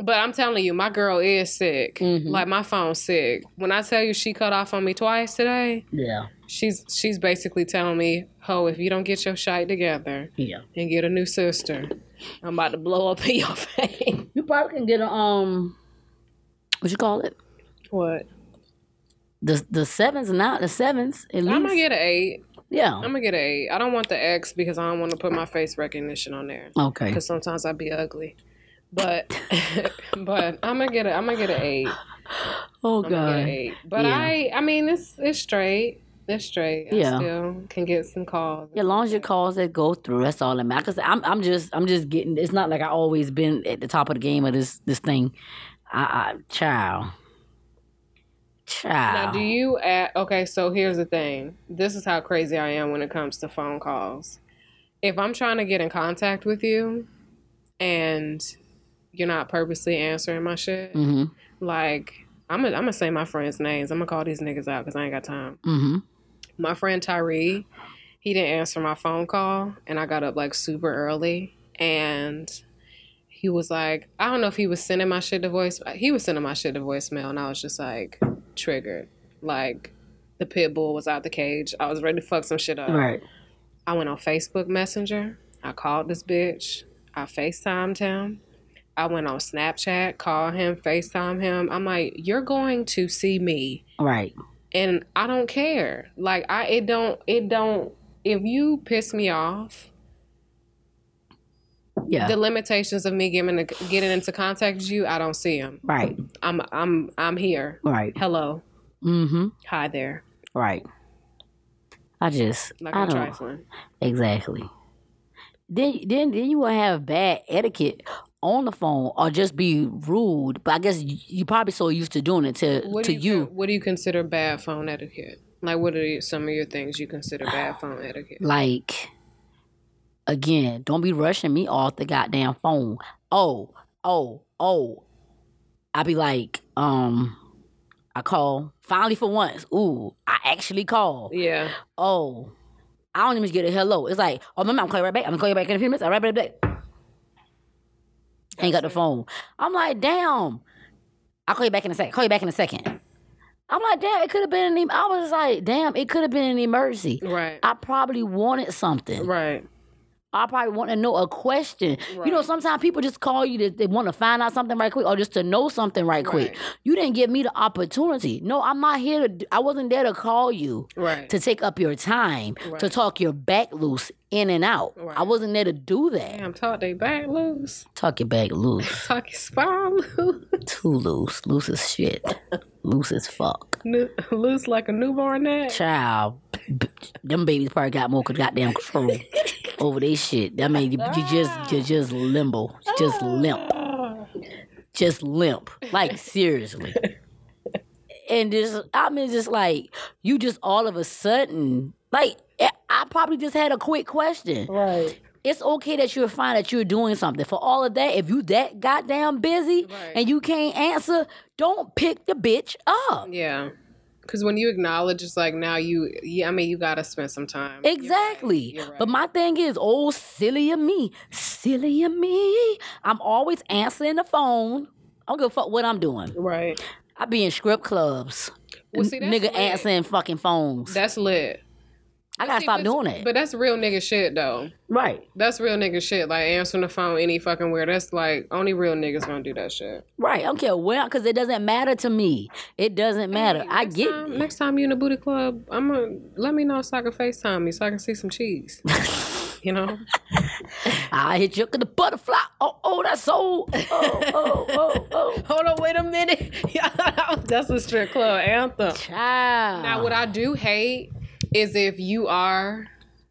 [SPEAKER 1] But I'm telling you, my girl is sick. Like my phone's sick. When I tell you she cut off on me twice today,
[SPEAKER 2] Yeah,
[SPEAKER 1] she's she's basically telling me, "Ho, if you don't get your shit together
[SPEAKER 2] yeah.
[SPEAKER 1] and get a new sister, I'm about to blow up in your face."
[SPEAKER 2] You probably can get a um, what you call it?
[SPEAKER 1] What?
[SPEAKER 2] The the sevens, not the sevens. At
[SPEAKER 1] I'm
[SPEAKER 2] least,
[SPEAKER 1] gonna get an eight.
[SPEAKER 2] yeah.
[SPEAKER 1] I'm gonna get an eight. I don't want the X because I don't want to put my face recognition on there
[SPEAKER 2] okay.
[SPEAKER 1] because sometimes I be ugly. But but I'm gonna get a I'm gonna get an eight.
[SPEAKER 2] Oh
[SPEAKER 1] I'm gonna get an
[SPEAKER 2] God.
[SPEAKER 1] eight. But
[SPEAKER 2] Yeah.
[SPEAKER 1] I I mean it's it's straight. It's straight.
[SPEAKER 2] Yeah.
[SPEAKER 1] I still can get some calls.
[SPEAKER 2] Yeah, as long as your calls that go through, that's all that matters. 'Cause I'm, I'm just, I'm just getting. It's not like I always been at the top of the game of this, this thing. I, I child,
[SPEAKER 1] Now
[SPEAKER 2] child.
[SPEAKER 1] do you at okay, so here's the thing. This is how crazy I am when it comes to phone calls. If I'm trying to get in contact with you and you're not purposely answering my shit.
[SPEAKER 2] hmm
[SPEAKER 1] like I'm gonna I'm gonna say my friends' names. I'm gonna call these niggas out because I ain't got time.
[SPEAKER 2] hmm
[SPEAKER 1] My friend Tyree, he didn't answer my phone call, and I got up like super early, and he was like, I don't know if he was sending my shit to voice. He was sending my shit to voicemail, and I was just like triggered, like. The pit bull was out the cage. I was ready to fuck some shit up.
[SPEAKER 2] Right.
[SPEAKER 1] I went on Facebook Messenger. I called this bitch. I FaceTimed him. I went on Snapchat, called him, FaceTime him. I'm like, you're going to see me.
[SPEAKER 2] Right.
[SPEAKER 1] And I don't care. Like I it don't it don't if you piss me off,
[SPEAKER 2] Yeah.
[SPEAKER 1] the limitations of me getting getting into contact with you, I don't see them.
[SPEAKER 2] right.
[SPEAKER 1] I'm I'm I'm here.
[SPEAKER 2] Right.
[SPEAKER 1] Hello.
[SPEAKER 2] hmm
[SPEAKER 1] Hi there.
[SPEAKER 2] Right. I just,
[SPEAKER 1] Like
[SPEAKER 2] I
[SPEAKER 1] I'm
[SPEAKER 2] don't Uh,
[SPEAKER 1] trifling.
[SPEAKER 2] exactly. then then then you will have bad etiquette on the phone or just be rude. But I guess you, you probably so used to doing it to
[SPEAKER 1] What
[SPEAKER 2] to
[SPEAKER 1] do
[SPEAKER 2] you.
[SPEAKER 1] you, con- What do you consider bad phone etiquette? Like, what are you, some of your things you consider bad phone etiquette?
[SPEAKER 2] Like, again, don't be rushing me off the goddamn phone. Oh, oh, oh. I be like, um, I call finally for once. Ooh, I actually call.
[SPEAKER 1] Yeah,
[SPEAKER 2] Oh, I don't even get a hello. It's like, oh, remember, I'm calling right back. I'm gonna call you back in a few minutes. All right, back. back. Ain't got the phone. I'm like, damn. I'll call you back in a second. Call you back in a second. I'm like, damn, it could have been an. em- I was like, damn, it could have been an emergency.
[SPEAKER 1] right,
[SPEAKER 2] I probably wanted something.
[SPEAKER 1] right,
[SPEAKER 2] I probably want to know a question. You know,
[SPEAKER 1] Right.
[SPEAKER 2] sometimes people just call you to they want to find out something right quick or just to know something right, quick.
[SPEAKER 1] Right.
[SPEAKER 2] You didn't give me the opportunity. No, I'm not here to. I wasn't there to call you
[SPEAKER 1] right.
[SPEAKER 2] to take up your time to
[SPEAKER 1] Right.
[SPEAKER 2] talk your back loose in and out. I
[SPEAKER 1] Right.
[SPEAKER 2] wasn't there to do that.
[SPEAKER 1] Damn, talk they back loose,
[SPEAKER 2] Talk your back loose,
[SPEAKER 1] talk your spine loose,
[SPEAKER 2] too loose, loose as shit, loose as fuck.
[SPEAKER 1] New- loose like a newborn neck.
[SPEAKER 2] Child, b- them babies probably got more goddamn control over they shit. I mean, you, you just you just limbo, just limp,
[SPEAKER 1] Ah.
[SPEAKER 2] just limp. Like seriously. And just, I mean, just like you, just all of a sudden, like I- I probably just had a quick question.
[SPEAKER 1] Right.
[SPEAKER 2] it's okay that you're fine that you're doing something. For all of that, if you that goddamn busy
[SPEAKER 1] Right.
[SPEAKER 2] and you can't answer, don't pick the bitch up.
[SPEAKER 1] Yeah. Because when you acknowledge, it's like now you, yeah, I mean, you got to spend some time. You're right,
[SPEAKER 2] Exactly.
[SPEAKER 1] you're right.
[SPEAKER 2] But my thing is, oh, silly of me. Silly of me. I'm always answering the phone. I don't give a fuck what I'm doing.
[SPEAKER 1] Right.
[SPEAKER 2] I be in strip clubs.
[SPEAKER 1] Well, see, that's
[SPEAKER 2] Nigga
[SPEAKER 1] lit.
[SPEAKER 2] answering fucking phones.
[SPEAKER 1] That's lit.
[SPEAKER 2] I gotta
[SPEAKER 1] See,
[SPEAKER 2] stop
[SPEAKER 1] but-
[SPEAKER 2] doing that.
[SPEAKER 1] But that's real nigga shit, though.
[SPEAKER 2] right.
[SPEAKER 1] That's real nigga shit. Like answering the phone any fucking where. That's like only real niggas gonna do that shit.
[SPEAKER 2] Right. I don't care where, because it doesn't matter to me. It doesn't matter. I
[SPEAKER 1] Next
[SPEAKER 2] get
[SPEAKER 1] time, next time you in a booty club, I'm gonna let me know so I can Facetime you so I can see some cheese. you know,
[SPEAKER 2] I hit you up with the butterfly. Oh, oh, that's so. Oh, oh, oh, oh.
[SPEAKER 1] hold on, wait a minute. that's a strip club anthem.
[SPEAKER 2] Child.
[SPEAKER 1] Now, what I do hate is if you are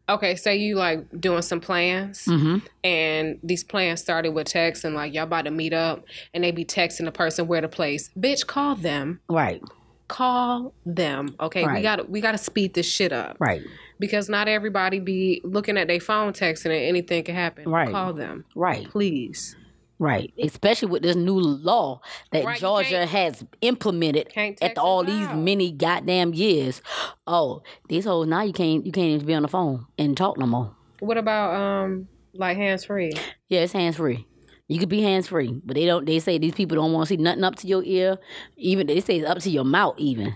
[SPEAKER 1] okay. Say you like doing some plans,
[SPEAKER 2] Mm-hmm.
[SPEAKER 1] and these plans started with text, and like y'all about to meet up, and they be texting the person where to place. Bitch, call them.
[SPEAKER 2] right,
[SPEAKER 1] Call them. Okay,
[SPEAKER 2] Right.
[SPEAKER 1] we gotta we gotta speed this shit up
[SPEAKER 2] right,
[SPEAKER 1] because not everybody be looking at their phone texting, and anything can happen.
[SPEAKER 2] Right.
[SPEAKER 1] Call them,
[SPEAKER 2] right,
[SPEAKER 1] please.
[SPEAKER 2] right. Especially with this new law that
[SPEAKER 1] Right, you
[SPEAKER 2] Georgia
[SPEAKER 1] can't-
[SPEAKER 2] has implemented
[SPEAKER 1] Can't
[SPEAKER 2] at
[SPEAKER 1] text
[SPEAKER 2] the- all
[SPEAKER 1] us
[SPEAKER 2] these
[SPEAKER 1] out.
[SPEAKER 2] many goddamn years. Oh, these hoes now you can't you can't even be on the phone and talk no more.
[SPEAKER 1] What about um like hands free?
[SPEAKER 2] Yeah, it's hands free. You could be hands free, but they don't. They say these people don't want to see nothing up to your ear. Even they say it's up to your mouth. Even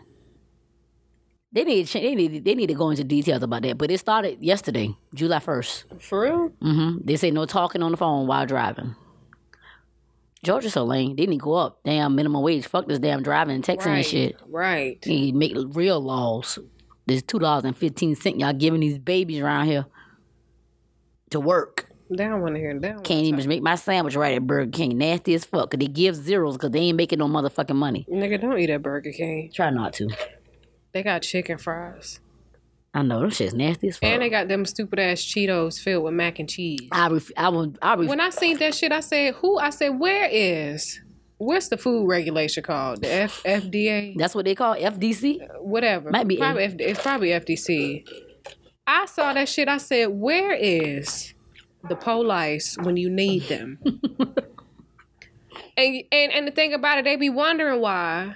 [SPEAKER 2] they need. to cha- They need. They need to go into details about that. But it started yesterday, July first.
[SPEAKER 1] For real?
[SPEAKER 2] hmm They say no talking on the phone while driving. Georgia's so lame. They need to go up. Damn minimum wage. Fuck this damn driving and texting and
[SPEAKER 1] Right.
[SPEAKER 2] shit.
[SPEAKER 1] Right.
[SPEAKER 2] They need to make real laws. There's two dollars and fifteen cent y'all giving these babies around here to work.
[SPEAKER 1] Down one here. Down.
[SPEAKER 2] Can't even make my sandwich right at Burger King. Nasty as fuck. Cause they give zeros because they ain't making no motherfucking money.
[SPEAKER 1] Nigga, don't eat at Burger King.
[SPEAKER 2] Try not to.
[SPEAKER 1] They got chicken fries.
[SPEAKER 2] I know them shit's nasty as fuck.
[SPEAKER 1] And they got them stupid ass Cheetos filled with mac and cheese.
[SPEAKER 2] Uh. I ref- I will. I ref-
[SPEAKER 1] When I seen that shit, I said, who? I said, where is? What's the food regulation called? The F- FDA?
[SPEAKER 2] That's what they call FDC.
[SPEAKER 1] Whatever.
[SPEAKER 2] Might be
[SPEAKER 1] probably F- it's probably FDC. I saw that shit. I said, where is the police when you need them? and, and and the thing about it, they be wondering why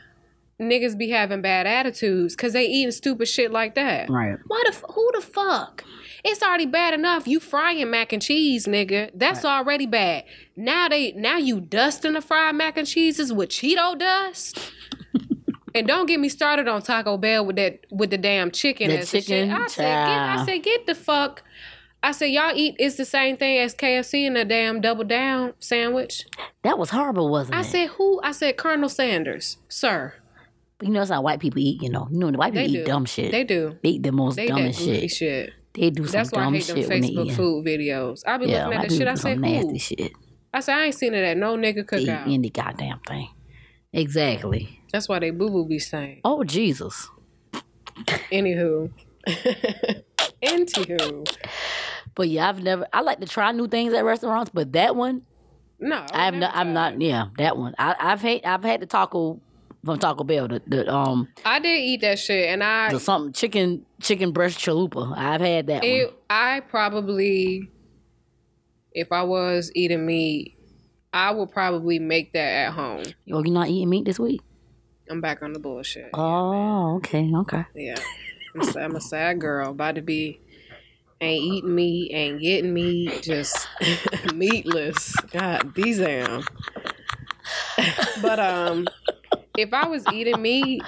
[SPEAKER 1] niggas be having bad attitudes because they eating stupid shit like that.
[SPEAKER 2] Right.
[SPEAKER 1] Why the f- who the fuck? It's already bad enough. You frying mac and cheese, nigga. That's already bad. Now they now you dusting the fried mac and cheeses with Cheeto dust. and don't get me started on Taco Bell with that with the damn chicken.
[SPEAKER 2] The
[SPEAKER 1] as
[SPEAKER 2] chicken,
[SPEAKER 1] shit. I said, get, I
[SPEAKER 2] child.
[SPEAKER 1] said, get the fuck. I said, y'all eat. It's the same thing as KFC and a damn double down sandwich.
[SPEAKER 2] That was horrible, wasn't
[SPEAKER 1] I
[SPEAKER 2] it?
[SPEAKER 1] said, who? I said, Colonel Sanders, sir.
[SPEAKER 2] you know, that's how white people eat. You know, you know, the white people
[SPEAKER 1] They do.
[SPEAKER 2] eat dumb shit.
[SPEAKER 1] They do.
[SPEAKER 2] They eat the most
[SPEAKER 1] They that
[SPEAKER 2] dumbest
[SPEAKER 1] goofy
[SPEAKER 2] shit.
[SPEAKER 1] shit.
[SPEAKER 2] They do some
[SPEAKER 1] That's why I
[SPEAKER 2] dumb
[SPEAKER 1] hate them
[SPEAKER 2] shit when they
[SPEAKER 1] Facebook
[SPEAKER 2] eat.
[SPEAKER 1] food videos. I be
[SPEAKER 2] Yeah,
[SPEAKER 1] looking
[SPEAKER 2] white
[SPEAKER 1] at that shit.
[SPEAKER 2] people
[SPEAKER 1] I
[SPEAKER 2] do
[SPEAKER 1] say,
[SPEAKER 2] some
[SPEAKER 1] who?
[SPEAKER 2] nasty shit.
[SPEAKER 1] I say I ain't seen it at no nigga
[SPEAKER 2] They eat
[SPEAKER 1] cookout.
[SPEAKER 2] any goddamn thing. Exactly.
[SPEAKER 1] That's why they boo boo be saying.
[SPEAKER 2] Oh Jesus.
[SPEAKER 1] Anywho. Anywho.
[SPEAKER 2] But yeah, I've never. I like to try new things at restaurants, but that one,
[SPEAKER 1] No,
[SPEAKER 2] I've not. I'm not. Yeah, that one. I, I've had. I've had the taco from Taco Bell. The, the um
[SPEAKER 1] I did eat that shit, and I
[SPEAKER 2] the something chicken chicken breast chalupa. I've had that one.
[SPEAKER 1] It, I probably, if I was eating meat, I would probably make that at home.
[SPEAKER 2] Oh, you not eating meat this week?
[SPEAKER 1] I'm back on the bullshit.
[SPEAKER 2] Oh, okay, okay.
[SPEAKER 1] Yeah. I'm, a- I'm a sad girl, about to be ain't eating meat, ain't getting meat, just meatless. God, these damn. but um, if I was eating meat,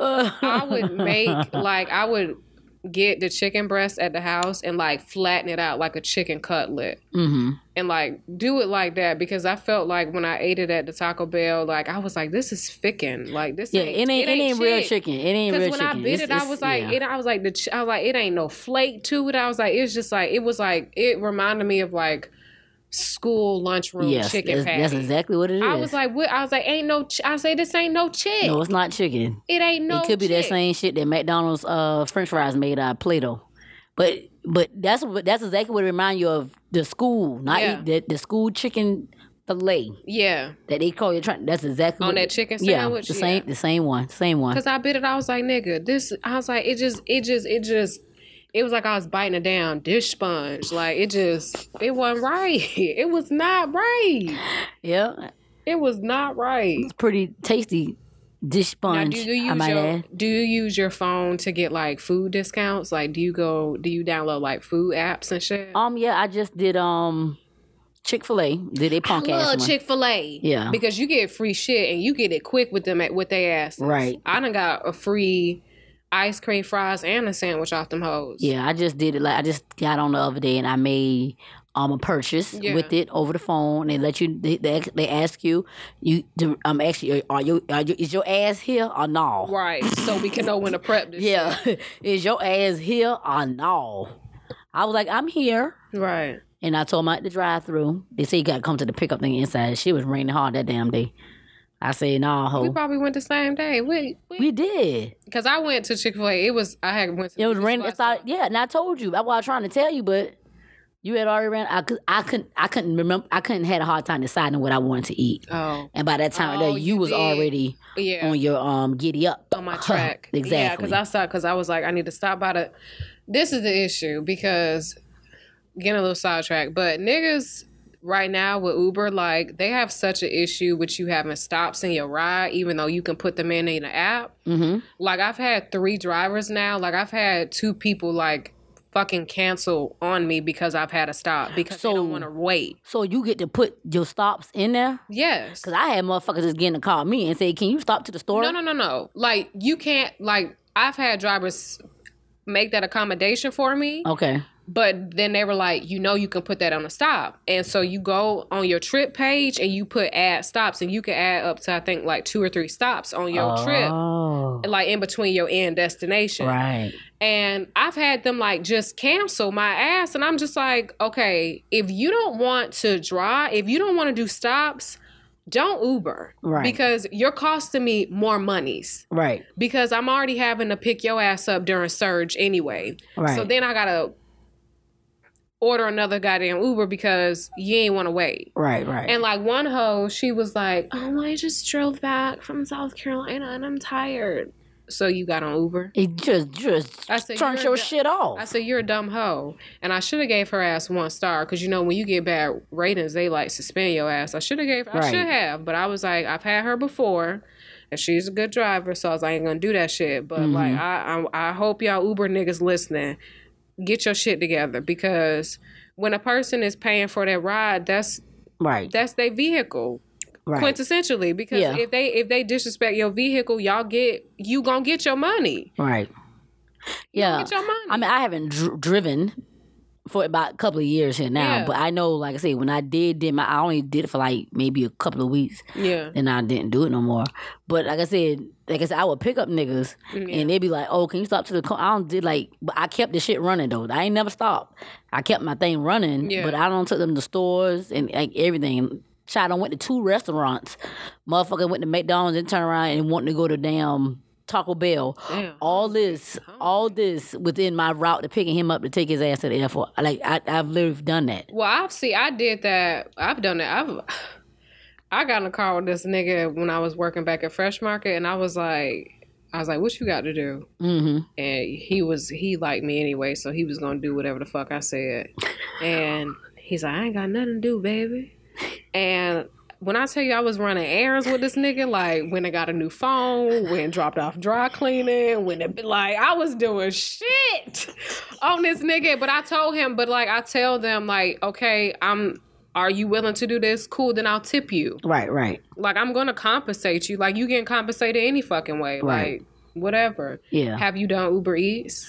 [SPEAKER 1] I would make like I would get the chicken breast at the house and like flatten it out like a chicken cutlet.
[SPEAKER 2] mm-hmm.
[SPEAKER 1] and like do it like that because I felt like when I ate it at the Taco Bell, like I was like, this is ficking. Like this,
[SPEAKER 2] Yeah, it ain't it ain't, real chicken. It ain't
[SPEAKER 1] Because
[SPEAKER 2] real
[SPEAKER 1] when
[SPEAKER 2] chicken.
[SPEAKER 1] I bit
[SPEAKER 2] It's-
[SPEAKER 1] it, I
[SPEAKER 2] it's-
[SPEAKER 1] was like,
[SPEAKER 2] yeah.
[SPEAKER 1] it, I was like, the, ch- I was like, it ain't no flake to it. I was like, it's just like it was like it reminded me of like school lunchroom
[SPEAKER 2] yes,
[SPEAKER 1] chicken
[SPEAKER 2] that's,
[SPEAKER 1] patty.
[SPEAKER 2] that's exactly what it is.
[SPEAKER 1] I was like, what? I was like, ain't no. Ch- I say this ain't no chick.
[SPEAKER 2] no, it's not chicken.
[SPEAKER 1] it ain't no.
[SPEAKER 2] it could be that
[SPEAKER 1] chick.
[SPEAKER 2] same shit that McDonald's uh, French fries made out of Play-Doh, but but that's what that's exactly what remind you of the school, not
[SPEAKER 1] Yeah.
[SPEAKER 2] eat the, the school chicken fillet
[SPEAKER 1] Yeah,
[SPEAKER 2] that they call you trying. That's exactly
[SPEAKER 1] on
[SPEAKER 2] what
[SPEAKER 1] that chicken
[SPEAKER 2] yeah,
[SPEAKER 1] sandwich.
[SPEAKER 2] the
[SPEAKER 1] yeah.
[SPEAKER 2] same the same one, same one.
[SPEAKER 1] Cause I bit it, I was like, nigga, this. I was like, it just, it just, it just. It was like I was biting a damn dish sponge. Like it just, it wasn't right. It was not right.
[SPEAKER 2] Yeah,
[SPEAKER 1] It was not right.
[SPEAKER 2] pretty tasty dish
[SPEAKER 1] Now,
[SPEAKER 2] sponge.
[SPEAKER 1] do you
[SPEAKER 2] I
[SPEAKER 1] use
[SPEAKER 2] might
[SPEAKER 1] your
[SPEAKER 2] add.
[SPEAKER 1] do you use your phone to get like food discounts? Like, do you go? Do you download like food apps and shit?
[SPEAKER 2] Um, yeah, I just did um Chick Fil A. Did they punk ass one?
[SPEAKER 1] Love Chick Fil A.
[SPEAKER 2] Yeah.
[SPEAKER 1] because you get free shit and you get it quick with them at with they ass.
[SPEAKER 2] Right.
[SPEAKER 1] I done got a free ice cream, fries, and a sandwich off them hoes.
[SPEAKER 2] Yeah, I just did it. Like I just got on the other day and I made um a purchase
[SPEAKER 1] Yeah.
[SPEAKER 2] with it over the phone. They let you. They they, they ask you. You to, um actually are you, are you is your ass here or no?
[SPEAKER 1] Right. So we can know when to prep this.
[SPEAKER 2] Yeah, is your ass here or no? I was like, I'm here.
[SPEAKER 1] shit. Right.
[SPEAKER 2] And I told my at the drive through. They said you gotta come to the pickup thing inside. She was raining hard that damn day. I said, nah,
[SPEAKER 1] We
[SPEAKER 2] ho.
[SPEAKER 1] probably went the same day. We,
[SPEAKER 2] Oh. We did.
[SPEAKER 1] because I went to Chick Fil A. It was I had went. To
[SPEAKER 2] It was
[SPEAKER 1] this
[SPEAKER 2] raining. It
[SPEAKER 1] last
[SPEAKER 2] started, yeah, and I told you. That's why I was trying to tell you, but you had already ran. I could, I couldn't, I couldn't remember. I couldn't had a hard time deciding what I wanted to eat.
[SPEAKER 1] time.
[SPEAKER 2] And by that time,
[SPEAKER 1] Oh,
[SPEAKER 2] that you
[SPEAKER 1] you
[SPEAKER 2] was
[SPEAKER 1] did.
[SPEAKER 2] already
[SPEAKER 1] Oh yeah.
[SPEAKER 2] on your um giddy up
[SPEAKER 1] on my track. Yeah,
[SPEAKER 2] exactly.
[SPEAKER 1] because I saw because I was like, I need to stop by the. This is the issue because getting a little sidetracked, but niggas right now with Uber, like they have such an issue with you having stops in your ride, even though you can put them in in the app.
[SPEAKER 2] Mhm.
[SPEAKER 1] Like I've had three drivers now. Like I've had two people like fucking cancel on me because I've had a stop because they
[SPEAKER 2] So-
[SPEAKER 1] don't want to wait.
[SPEAKER 2] So you get to put your stops in there.
[SPEAKER 1] Yes.
[SPEAKER 2] Cause I had motherfuckers just getting to call me and say, "Can you stop to the store?"
[SPEAKER 1] No, no, no, no. Like you can't. Like I've had drivers make that accommodation for me.
[SPEAKER 2] Okay.
[SPEAKER 1] But then they were like, you know, you can put that on a stop. And so you go on your trip page and you put add stops, and you can add up to, I think, like two or three stops on your trip,
[SPEAKER 2] Oh,
[SPEAKER 1] like in between your end destination.
[SPEAKER 2] right.
[SPEAKER 1] And I've had them like just cancel my ass. And I'm just like, okay, if you don't want to drive, if you don't want to do stops, don't Uber.
[SPEAKER 2] Right.
[SPEAKER 1] Because you're costing me more monies
[SPEAKER 2] Right.
[SPEAKER 1] because I'm already having to pick your ass up during surge anyway.
[SPEAKER 2] Right.
[SPEAKER 1] So then I gotta order another goddamn Uber because you ain't want to wait.
[SPEAKER 2] Right. Right.
[SPEAKER 1] And like one hoe, she was like, "Oh, well, I just drove back from South Carolina and I'm tired." So you got on Uber.
[SPEAKER 2] it just just
[SPEAKER 1] I said,
[SPEAKER 2] turns
[SPEAKER 1] "You're
[SPEAKER 2] your
[SPEAKER 1] the-
[SPEAKER 2] shit off.
[SPEAKER 1] I said, "You're a dumb hoe," and I should have gave her ass one star because you know when you get bad ratings, they like suspend your ass. I should have gave. I
[SPEAKER 2] Right.
[SPEAKER 1] should have, but I was like, I've had her before, and she's a good driver, so I was like, I ain't gonna do that shit. But
[SPEAKER 2] Mm-hmm.
[SPEAKER 1] like, I, I I hope y'all Uber niggas listening, get your shit together because when a person is paying for that ride, that's
[SPEAKER 2] right.
[SPEAKER 1] that's their vehicle
[SPEAKER 2] Right.
[SPEAKER 1] quintessentially. Because
[SPEAKER 2] Yeah.
[SPEAKER 1] if they if they disrespect your vehicle, y'all get you gonna get your money.
[SPEAKER 2] Right. Yeah.
[SPEAKER 1] Get your money.
[SPEAKER 2] I mean, I haven't dr- driven for about a couple of years here now,
[SPEAKER 1] Yeah.
[SPEAKER 2] but I know, like I said, when I did, did my I only did it for like maybe a couple of weeks,
[SPEAKER 1] yeah.
[SPEAKER 2] and I didn't do it no more. But like I said, like I said, I would pick up niggas,
[SPEAKER 1] Mm-hmm.
[SPEAKER 2] and they'd be like, "Oh, can you stop to the?" Co-? I don't did like, but I kept the shit running though. I ain't never stopped. I kept my thing running,
[SPEAKER 1] Yeah.
[SPEAKER 2] but I don't took them to stores and like everything. Shot, I went to two restaurants. Motherfucker went to McDonald's and turned around and wanted to go to damn Taco Bell,
[SPEAKER 1] Damn.
[SPEAKER 2] all this, all this within my route to picking him up to take his ass to the airport. Like I, I've literally done that.
[SPEAKER 1] Well, I've see, I did that. I've done it. I've I got in a car with this nigga when I was working back at Fresh Market, and I was like, I was like, what you got to do?
[SPEAKER 2] hmm
[SPEAKER 1] And he was he liked me anyway, so he was gonna do whatever the fuck I said. And he's like, I ain't got nothing to do, baby. And when I tell you I was running errands with this nigga, like when I got a new phone, when dropped off dry cleaning, when it like I was doing shit on this nigga. But I told him, but like I tell them, like, okay, I'm are you willing to do this? Cool, then I'll tip you
[SPEAKER 2] Right, right,
[SPEAKER 1] like I'm gonna compensate you. Like you getting compensated any fucking way.
[SPEAKER 2] Right.
[SPEAKER 1] Like whatever.
[SPEAKER 2] yeah.
[SPEAKER 1] Have you done Uber Eats?